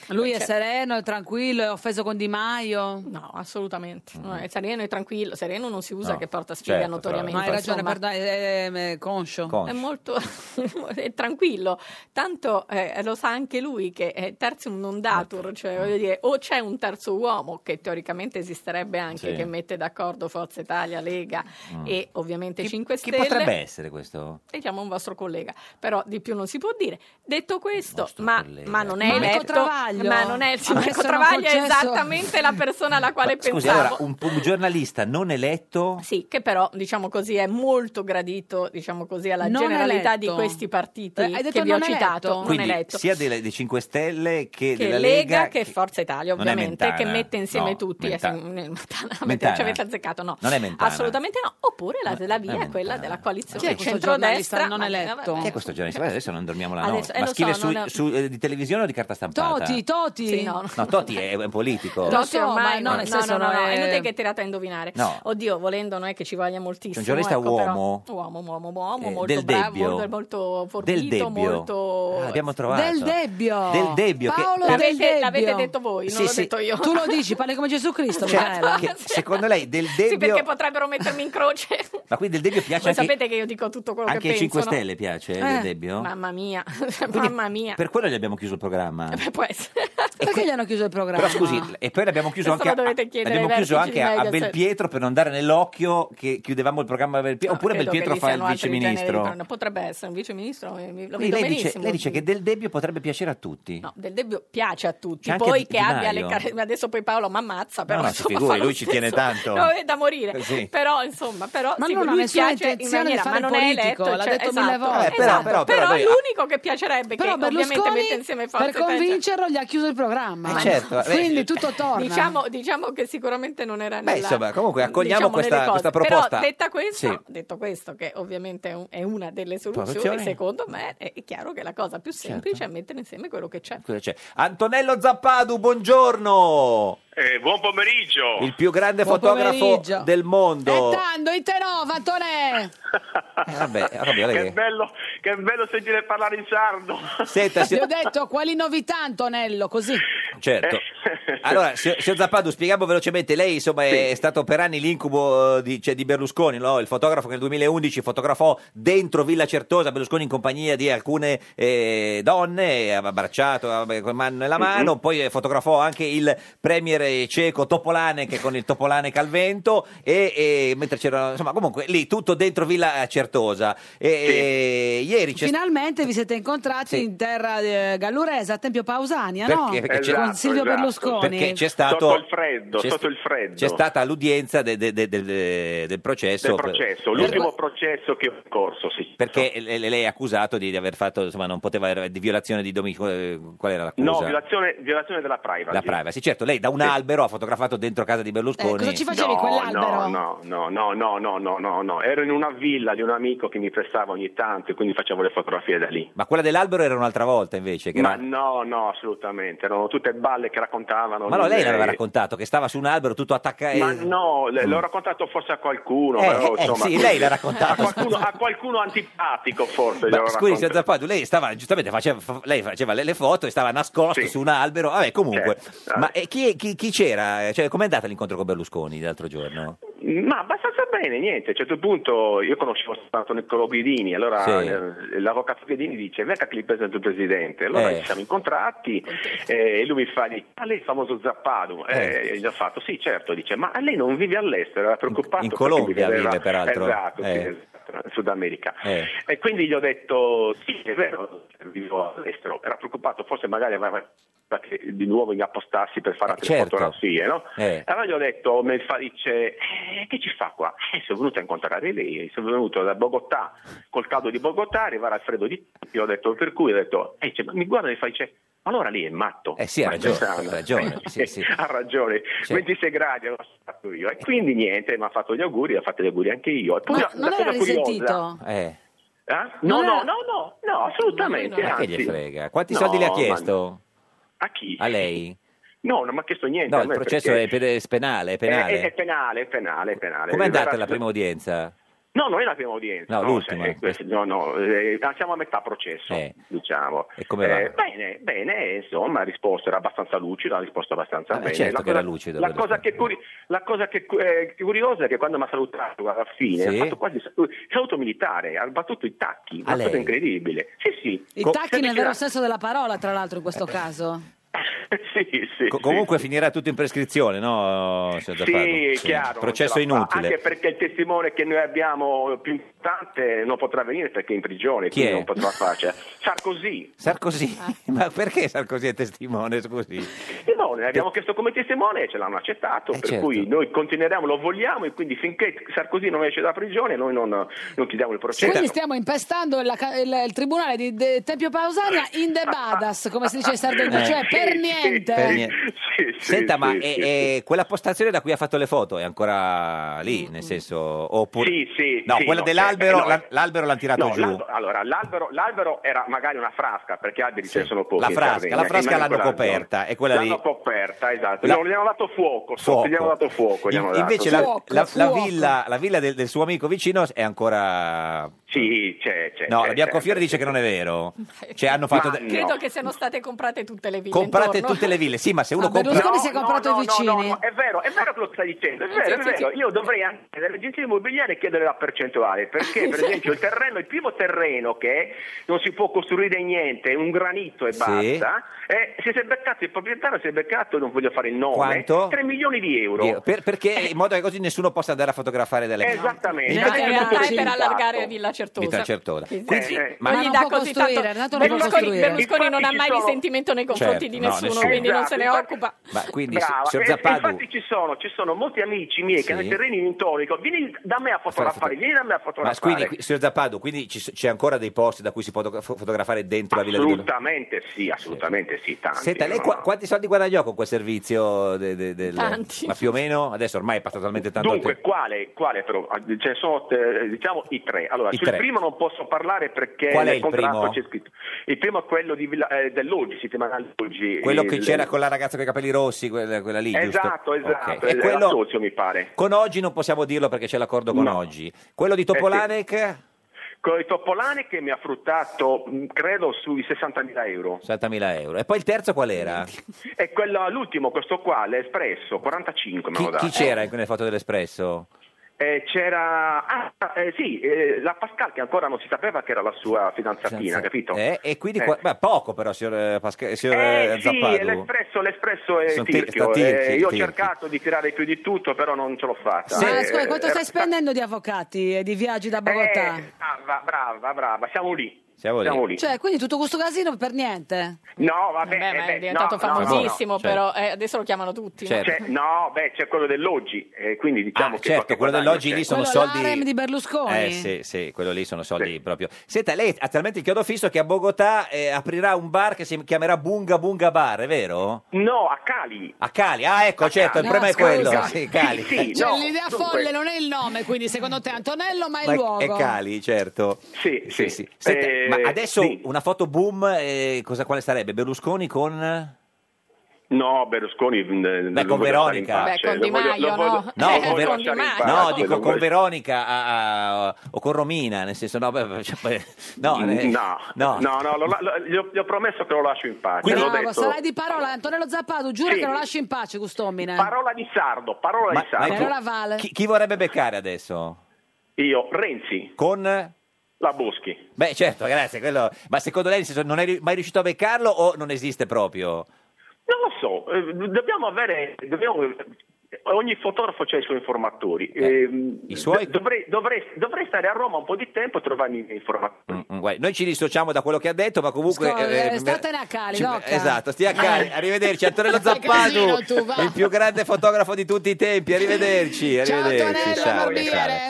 lui è cioè- sereno, è tranquillo, è offeso con Di Maio. No, assolutamente. No, è sereno e tranquillo. Sereno non si usa Mm. No, che porta sfiga certo, notoriamente. Ma hai ragione, eh, insomma. perdona, è, è- è conscio. È molto è tranquillo, tanto eh, lo sa anche lui che è tertium non datur, Ecco. cioè voglio dire, o c'è un terzo uomo che teoricamente esisterebbe anche, Sì. che mette d'accordo Forza Italia, Lega Mm. e ovviamente 5 Chi Stelle. potrebbe essere questo? Diciamo un vostro collega, però di più non si può dire. Detto questo, ma, ma non è Marco eletto, Travaglio. ma non è A me Marco sono Travaglio è concesso- esattamente la persona alla quale pensavo. Scusi, allora, un, un giornalista non eletto... Sì, che però, diciamo così, è molto gradito, diciamo così, alla Non generalità eletto. di questi partiti Eh, hai detto che vi ho non eletto. citato, non Quindi eletto. sia delle- dei 5 Stelle che, Che della Lega, Lega... che Forza Italia, non è ovviamente, che Mentana, mette insieme no, tutti. Menta- eh, sì, n- Mentana, Mentana. Ci avete azzeccato, no. Non è Mentana. Assolutamente no. Oppure la, la via è quella della Chi è coalizione questo centrodestra. Ah, giornalista non ma- eletto? vabbè. Chi è questo giornalista? Beh, Adesso non dormiamo la Adesso- notte. eh, Ma lo scrive so, su, non è- su, eh, di televisione o di carta stampata? Toti, Toti. Sì, no. No, Toti è, è un politico. Lo Lo so, ormai, ma Certo, no, no, nel senso no, eh, no, non no, è è- inutile che tirate a indovinare. No. Oddio, volendo non è che ci voglia moltissimo. C'è un giornalista ecco, però- uomo. uomo, uomo, uomo, Eh, molto Del bravo, Debbio. molto, molto Del fortito, Debbio. molto... Ah, l'abbiamo trovato. Del Debbio. Del Debbio. che- Paolo per- Del Debbio. L'avete- l'avete detto voi, non Sì, l'ho sì. detto io. Tu lo dici, parli come Gesù Cristo, Cioè, Michela. che secondo lei Del Sì, Debbio... perché potrebbero mettermi in croce. Ma quindi Del Debbio piace Voi anche... sapete che io dico tutto quello anche che ai penso. 5 no? Stelle le piace Eh, De Debbio? Mamma mia, mamma mia. Per quello gli abbiamo chiuso il programma. Può essere. Perché gli hanno chiuso il programma? Però scusi, e poi l'abbiamo chiuso Questo anche, lo a, dovete chiedere l'abbiamo ai chiuso vertici anche di a a Mediaset. Belpietro per non dare nell'occhio che chiudevamo il programma a Belpietro. Oppure Ah, Credo che Belpietro lì fa il siano altri generi di viceministro. programma. Potrebbe essere un viceministro, eh, mi- lo vedo Quindi lei, dice, benissimo. lei dice che Del Debbio potrebbe piacere a tutti. No, Del Debbio piace a tutti, C'è anche poi Di che abbia le Maio. caratteristiche. Adesso poi Paolo mi ammazza, però no, si insomma, figuri, fa lo lui ci tiene stesso. tanto. No, è da morire. Eh, sì. Però insomma, però Ma sì, non ha lui nessuna piace in intenzione di maniera, fare ma non politico, è eletto, l'ha cioè, detto esatto, mille volte. Eh, però- esatto. però- però è noi- l'unico che piacerebbe Però che ovviamente mette insieme Berlusconi forze per convincerlo gli ha chiuso il programma. Eh, certo, beh, Quindi tutto torna. Diciamo, diciamo che sicuramente non era Beh, nella- insomma, comunque accogliamo diciamo nelle questa- cose. questa proposta. Però detta questo, Sì. detto questo, che ovviamente è un- è una delle soluzioni, Soluzioni. secondo me è è chiaro che la cosa più semplice Certo. è mettere insieme quello che c'è. Cosa c'è? Antonello Zappadu, buongiorno! Eh, buon pomeriggio! Il più grande Buon fotografo pomeriggio. Eh, del mondo. Entrando in Terova, Antonè! Eh, vabbè, eh, vabbè, guarda Che bello, che bello sentire parlare in sardo. Senta, Gli ho signor... detto quali novità, Antonello, così. certo. Allora, signor signor Zappadu, spieghiamo velocemente. Lei, insomma, è stato per anni l'incubo eh, di, cioè, di Berlusconi, no? il fotografo che nel 2011 fotografò dentro Villa Certosa Berlusconi in compagnia di alcune eh, donne, aveva abbracciato eh, vabbè, con mano nella mano. Poi eh, fotografò anche il premier eh, cieco Topolane, che con il Topolane Calvento, e, e mentre c'era, insomma, comunque lì tutto dentro Villa eh, Certosa. E, e ieri c'è Finalmente vi siete incontrati Sì. in terra eh, gallurese a Tempio Pausania, no? Perché- perché c'è- Con Silvio esatto. Berlusconi. perché c'è stato Sotto il freddo, c'è- sotto il freddo. c'è stata l'udienza de- de- de- del- del processo del per- processo, per- l'ultimo processo che ho in corso, sì. perché le- le- lei è accusato di, di aver fatto insomma non poteva di violazione di domicilio eh, qual era l'accusa? No, violazione, violazione della privacy. la privacy certo lei da un albero ha fotografato dentro casa di Eh, Berlusconi no, No, no, no, no, no, no, no, no. Ero in una villa di un amico che mi prestava ogni tanto e quindi facevo le fotografie da lì. ma quella dell'albero era un'altra volta invece che Ma era- no, no, assolutamente, erano tutte balle che raccontavano. ma no lei Lui- l'aveva raccontato che stava su un albero tutto attaccato Ma no, le- l'ho raccontato forse a qualcuno. mm. Eh, però, eh, insomma, sì, lei l'ha raccontato. A qualcuno, a qualcuno antipatico forse. Ma gliel'ho scusi, signor raccontato. Zappadu, lei stava giustamente faceva, fa- lei faceva le, le foto e stava nascosto su un albero. Vabbè, comunque, Certo, ma eh, chi, chi- chi c'era? Cioè, com'è andata l'incontro con Berlusconi l'altro giorno? Ma abbastanza bene, niente. A un certo punto io conoscevo soltanto Niccolo Guidini, allora Sì. eh, l'avvocato Guidini dice: Venga che li presento il presidente. Allora Eh. ci siamo incontrati eh, e lui mi fa: di- Ah, lei è il famoso Zappadu? Eh, e Gli ho fatto: Sì, certo. Dice: Ma lei non vive all'estero? Era preoccupato. in perché mi Colombia vedeva- vive, peraltro. Esatto, sì, Eh. esatto, in Sud America. Eh. E quindi gli ho detto: Sì, è vero, cioè, vivo all'estero. Era preoccupato, forse magari aveva perché di nuovo in appostarsi per fare altre certo. fotografie, no? Eh. Allora gli ho detto, mi fa, dice, "Eh, che ci fa qua? Eh, sono venuto a incontrare lei, sono venuto da Bogotà, col caldo di Bogotà, arrivare al freddo di Io ho detto, per cui ho detto, "Eh, dice, ma mi guarda e mi fa, dice, ma allora lì è matto. Eh sì, ha Ma ragione, che ha sanno?" ragione, sì, sì. Eh. ha ragione, 26 gradi l'ho fatto io. E quindi niente, mi ha fatto gli auguri, ha fatto gli auguri anche io. E poi Ma una- non una era cosa curiosa- risentito? Eh, Eh? No, Non no, era- no, no, no, assolutamente. ma che gli anzi. frega? Quanti No, soldi le ha ma- chiesto? A chi? A lei? No, non mi ha chiesto niente. No, a il me processo perché- è pe- è penale, è penale. È, è penale, è penale, è penale. eh, Com'è andata Verrà- la prima udienza? No, non è la prima udienza. No, l'ultima. cioè, questo- no, no, eh, siamo a metà processo, diciamo. eh. E come va? Eh, bene, bene, insomma, la risposta era abbastanza lucida, ha risposto abbastanza bene. certo la che era lucido, La per cosa, che, curi- la cosa che cu- eh, curiosa è che quando mi ha salutato alla fine, Sì. ha fatto quasi un saluto militare, ha battuto i tacchi, A una cosa lei? incredibile. Sì, sì. I Co- Eh. tacchi nel si avvicina- vero senso della parola, tra l'altro, in questo caso. sì, sì, Co- sì. comunque finirà tutto in prescrizione, no? signor Zappadu? Sì, chiaro. non ce Processo la fa. inutile. Anche perché il testimone che noi abbiamo più importante non potrà venire perché è in prigione, Chi quindi è? non potrà farcela. Sarkozy. Sarkozy? Ah. Ma perché Sarkozy è testimone, scusi? E no, ne abbiamo chiesto come testimone e ce l'hanno accettato, per certo. cui noi continueremo, lo vogliamo e quindi finché Sarkozy non esce dalla prigione noi non, non chiudiamo il processo. Quindi stiamo impestando la ca- il, il tribunale di de- Tempio Pausania in de badas, come si dice in Sardegna, Eh. cioè per Sì, niente. Per niente. Senta, sì, ma sì, è- sì. è quella postazione da cui ha fatto le foto è ancora lì, nel senso... Oppure... Mm, Sì, sì, No, sì, quella no, dell'albero, eh, no. la- l'albero l'hanno tirato No, giù. l'albero- allora, l'albero, l'albero era magari una frasca, perché alberi ce ne sono pochi. La in frasca, Sardegna, la che frasca rimangono l'hanno là, no? coperta, e quella lì- L'hanno coperta, esatto. La- No, gli hanno dato fuoco, so- Fuoco. gli hanno dato fuoco. gli hanno dato, Invece la, sì. la- la villa, la villa del, del suo amico vicino è ancora... Sì, c'è, c'è. No, c'è, la c'è. Biancofiore dice che non è vero. Cioè, hanno fatto. de- Credo che siano state comprate tutte le ville. Comprate intorno. tutte le ville, sì, ma se uno Ma compra. Berlusconi si è comprato i vicini. È vero, è vero quello che stai dicendo, è vero, è vero. Io dovrei anche all'agenzia immobiliare chiedere la percentuale, perché per esempio il terreno, il primo terreno che non si può costruire niente, è un granito e Sì. basta, eh, si è beccato il proprietario, si è beccato, non voglio fare il nome, Quanto? 3 milioni di euro. Dio, per- perché in modo che così nessuno possa andare a fotografare delle Esattamente. Invece Perché in proprio realtà è sì. per allargare Villa Certosa. Villa Certosa. Quindi- Quindi- eh, ma- non Ma gli non dà può così tanto- costruire, Renato non può Berlusconi, costruire. Berlusconi non ha mai sono- risentimento nei confronti Certo, di no, nessuno, nessuno. quindi non se ne Esatto, occupa. Ma quindi, Brava. signor E- Zappadu- e infatti ci sono, ci sono molti amici miei che hanno Sì. i terreni in intorno, vieni da me a fotografare, vieni da me a Ma fotografare. quindi, qui- signor Zappadu, quindi ci s- c'è ancora dei posti da cui si può foto- fotografare dentro la villa di Berlusconi? Assolutamente sì, assolutamente sì, tanti. Senta, lei no, qua- no. quanti soldi guadagnò con quel servizio? de- de- del- Tanti. Ma più o meno? Adesso ormai è passato talmente tanto Dunque, tempo. quale, quale però? Ce ne sono, eh, diciamo, i tre. Allora, I sul tre. primo non posso parlare perché Qual è nel il contratto primo? c'è scritto. Il primo è quello di Villa- eh, dell'oggi, settimanale oggi. Quello che c'era con la ragazza con i capelli rossi, quella, quella lì, giusto? Esatto, esatto, Ok. E era quello- socio, mi pare. Con oggi non possiamo dirlo perché c'è l'accordo con No. Eh oggi. Quello di Topolanec? Con i Topolani che mi ha fruttato, mh, credo, sui 60.000 euro. 60.000 euro. E poi il terzo qual era? E quello, l'ultimo, questo qua, l'Espresso, 45 me Chi, lo dà. chi c'era in- nelle foto dell'Espresso? Eh, c'era ah, eh, sì, eh, la Pascal che ancora non si sapeva che era la sua fidanzatina, capito? Eh, e quindi Eh. qua- beh, poco però, signor, eh, Pasca- signor Eh, eh, sì, Zappadu. l'espresso, l'espresso è Sono ti- tirchio. sta tirchi, eh, io tirchi. ho cercato di tirare più di tutto, però non ce l'ho fatta. Ma Eh, Ah, scusa, quanto eh, stai spendendo di avvocati e di viaggi da Bogotà? Brava, brava, brava, siamo lì. Siamo lì. Cioè, quindi tutto questo casino per niente? No, vabbè, Beh, ma eh, è beh, no, diventato no, Cioè. no, famosissimo, Cioè, no, però eh, adesso lo chiamano tutti. no? Cioè, C'è- no, beh, c'è quello dell'oggi, eh, quindi diciamo Ah, che certo, qualche quello guadagno dell'oggi c'è. lì sono Quello soldi... l'harem di Berlusconi? Eh sì, sì, quello lì sono soldi proprio. Senta, lei ha talmente il chiodo fisso che a Bogotà eh, aprirà un bar che si chiamerà Bunga Bunga Bar, è vero? No, a Cali. A Cali, ah ecco, certo, il No, problema è scusa. quello. Sì, Cali. Eh, Cioè, l'idea folle non è il nome, quindi secondo te Antonello, ma è il Ma è luogo. Cali, certo. Sì, sì. Senta, Eh, ma adesso sì. una foto boom, eh, cosa, quale sarebbe? Berlusconi Eh, con... No, Berlusconi eh, Beh, lo con voglio lasciare in Veronica. pace, Beh, con lo Di voglio- Maio, lo voglio- no? lo No, voglio con Ver- lasciare in pace, No, lo dico voglio- con Veronica a- a- o con Romina, nel senso no, beh, beh, cioè, beh, no, eh, No, no, no, lo- lo- gli, ho, gli ho promesso che lo lascio in pace. Quindi- l'ho Bravo, detto. sarai di parola, Antonello Zappadu, giura Sì. che lo lasci in pace, Customine. Parola di sardo, parola Ma- di sardo. ma- E allora vale. Chi, chi vorrebbe beccare adesso? Io, Renzi, Con... la Boschi. Beh, certo, grazie. quello- Ma secondo lei nel senso, non è ri- mai riuscito a beccarlo o non esiste proprio? Non lo so, eh, dobbiamo avere... dobbiamo- Ogni fotografo ha i suoi informatori. Ehm, Eh, i suoi? do- Dovrei, dovrei- dovrei stare a Roma un po' di tempo e trovarmi i miei informatori. Mm, guai. Noi ci dissociamo da quello che ha detto, ma comunque. Scusa, eh, statene a Cali, ci- d'occa. Esatto, stia a Eh. Cali. Arrivederci, Antonello Fai casino Zappadu, tu, va. il più grande fotografo di tutti i tempi. Arrivederci. Ciao, arrivederci. Antonello Barbiere.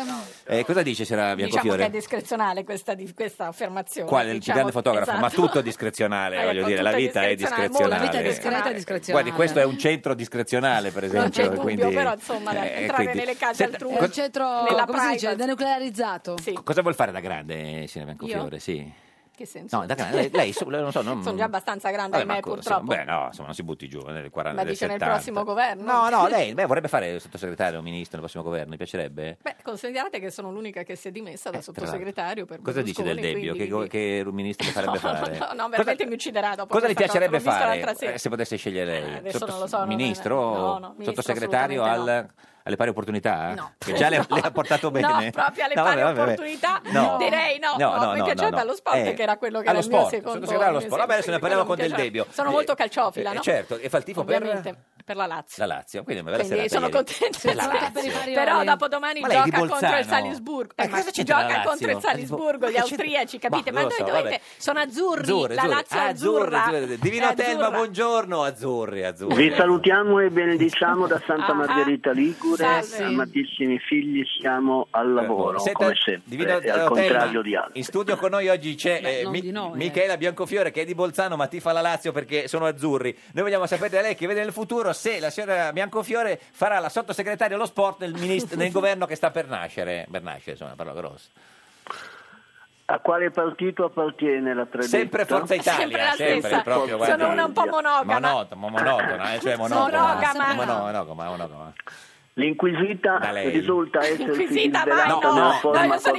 Eh, cosa dice Diciamo Sera che Biancofiore? è discrezionale questa, di- questa affermazione. Quale il più diciamo, grande fotografo? Ma esatto. tutto è discrezionale, Eh, voglio ecco, dire, la tutto è vita è discrezionale. discrezionale. Molto, la vita è discreta e discrezionale. Guardi, questo è un centro discrezionale, per esempio. Non c'è dubbio, quindi, però insomma, eh, entrare quindi- nelle case Senta, altrui, È un centro, nella come si dice, privacy. denuclearizzato. Sì. Cosa vuol fare da grande, Sera Biancofiore? Sì. Che senso? No, da grande, lei, lei so- non so, non... Sono già abbastanza grande Vabbè, ahimè, ma co- purtroppo. insomma, Beh, no, insomma, non si butti giù nel 40 ma del dice nel 70. prossimo governo? No, no, lei beh, vorrebbe fare sottosegretario o ministro nel prossimo governo, mi piacerebbe? Beh, considerate che sono l'unica che si è dimessa da Eh, Tra l'altro. sottosegretario per Cosa dice del Berlusconi, Debbio? Che, quindi- go- che un ministro le farebbe fare? No, no, veramente mi ucciderà dopo Cosa le questa piacerebbe cosa, l'ho visto fare l'altra sera. eh, se potesse scegliere lei? adesso non lo so, non- ministro no, no, o ministro sottosegretario al- assolutamente alle pari opportunità? No. Che già le, No. le ha portato bene? No, proprio alle No, pari vabbè, vabbè, vabbè. opportunità No. direi no, No, no, no, mi no, piacerebbe no, no. allo sport Eh, che era quello che era allo il mio sport, secondo sottosegretario allo il mio sport. Vabbè, adesso ne sì, parliamo quello mi con Del piaceva. Debbio. sono Eh, molto calciofila eh, no? certo, e fa il tifo per- ovviamente per, la Lazio La Lazio, quindi una bella quindi serata sono ieri. contenta Sì, la Lazio. per i vari però ori. dopodomani Ma lei è di gioca contro il Bolzano? Salisburgo Eh, Ma ma cosa c'entra la gioca Lazio? contro il Salisburgo gli Ma c'entra- austriaci capite Ma ma lo noi so, dovete vabbè. sono azzurri Azzurri, la azzurri. Lazio è Azzurri, azzurra azzurri. Divino È Telma, azzurra. buongiorno, azzurri, azzurri. Eh, Vi salutiamo e benediciamo da Santa Ah, Margherita Ligure, salve. amatissimi figli, siamo Eh, al lavoro, Senta, come sempre, Divino e al Telma, contrario di altri. In studio con noi oggi c'è Beh, eh, non Mi- di noi, eh. Michela Biancofiore che è di Bolzano ma tifa la Lazio perché sono azzurri. Noi vogliamo sapere da lei che vede nel futuro se la signora Biancofiore farà la sottosegretaria allo sport nel, minist- nel governo che sta per nascere. Per nascere, insomma, parola grossa. A quale partito appartiene la predetta? Sempre Forza Italia, Sempre la sempre, stessa. proprio, guarda. Sono una un po' monogama. Monotona, eh, cioè monogama. Monogama. Monogama, monogama. L'inquisita Da lei. risulta essersi Inquisita, rivelata vai, no, nella no, forma no, sono corporale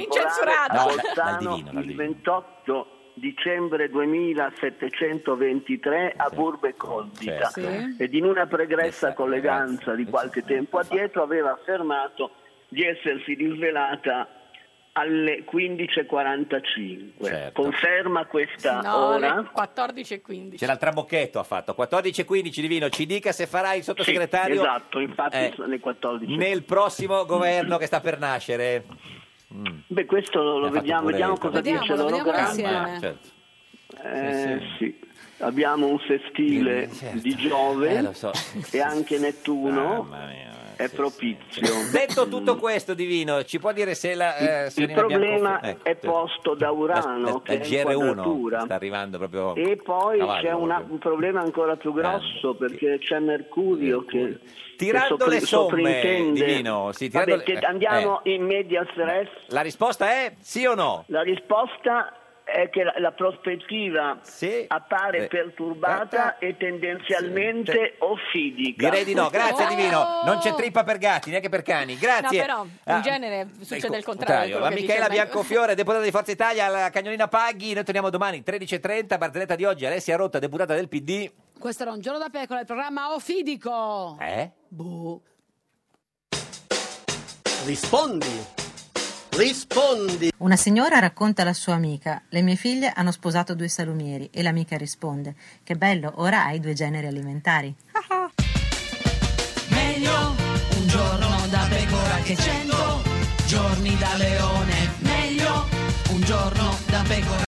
a incensurata. No, dal- dal Bolzano divino, dal il 28 dicembre 2723 a Burbe Condita Certo. Sì. ed in una Esatto, pregressa colleganza di qualche tempo addietro aveva affermato di essersi risvelata alle 15.45 Certo. conferma questa No, ora? alle 14 e 15. C'era il trabocchetto ha fatto 14 e 15 Divino ci dica se farà il sottosegretario Sì, esatto, infatti eh, sono le 14. nel prossimo governo che sta per nascere Mm. Beh, questo lo, lo fatto vediamo, pure vediamo il cosa dice Vediamolo, l'orogramma. vediamolo insieme. Certo. Eh, sì. Abbiamo un sestile di Giove Eh, lo so. e anche Nettuno è propizio. Cioè, detto tutto questo Divino ci può dire se la eh, Il signorina problema Biancofi- ecco, è posto da Urano, la- che è in GR1 quadratura. sta arrivando proprio E poi cavallo, c'è una- proprio. un problema ancora più grosso perché c'è Mercurio che, Tirando che sopra- le somme, sovrintende. Divino, sì, tirando Vabbè, le- eh, che andiamo in media stress. la risposta è sì o no La risposta è che la, la prospettiva appare Eh, perturbata e tendenzialmente offidica. Direi di no, grazie Divino, non c'è trippa per gatti, neanche per cani, grazie. No, però Ah, in genere succede il contrario, contrario. a Michela Biancofiore, deputata di Forza Italia, alla Cagnolina Paghi, noi torniamo domani 13.30, barzelletta di oggi, Alessia Rotta, deputata del PD. Questo era un giorno da pecora, il programma Ofidico. Eh? Boh. Rispondi! Rispondi! Una signora racconta alla sua amica: Le mie figlie hanno sposato due salumieri. E l'amica risponde: Che bello, ora hai due generi alimentari. Meglio un giorno da pecora che cento giorni da leone. Meglio un giorno da pecora.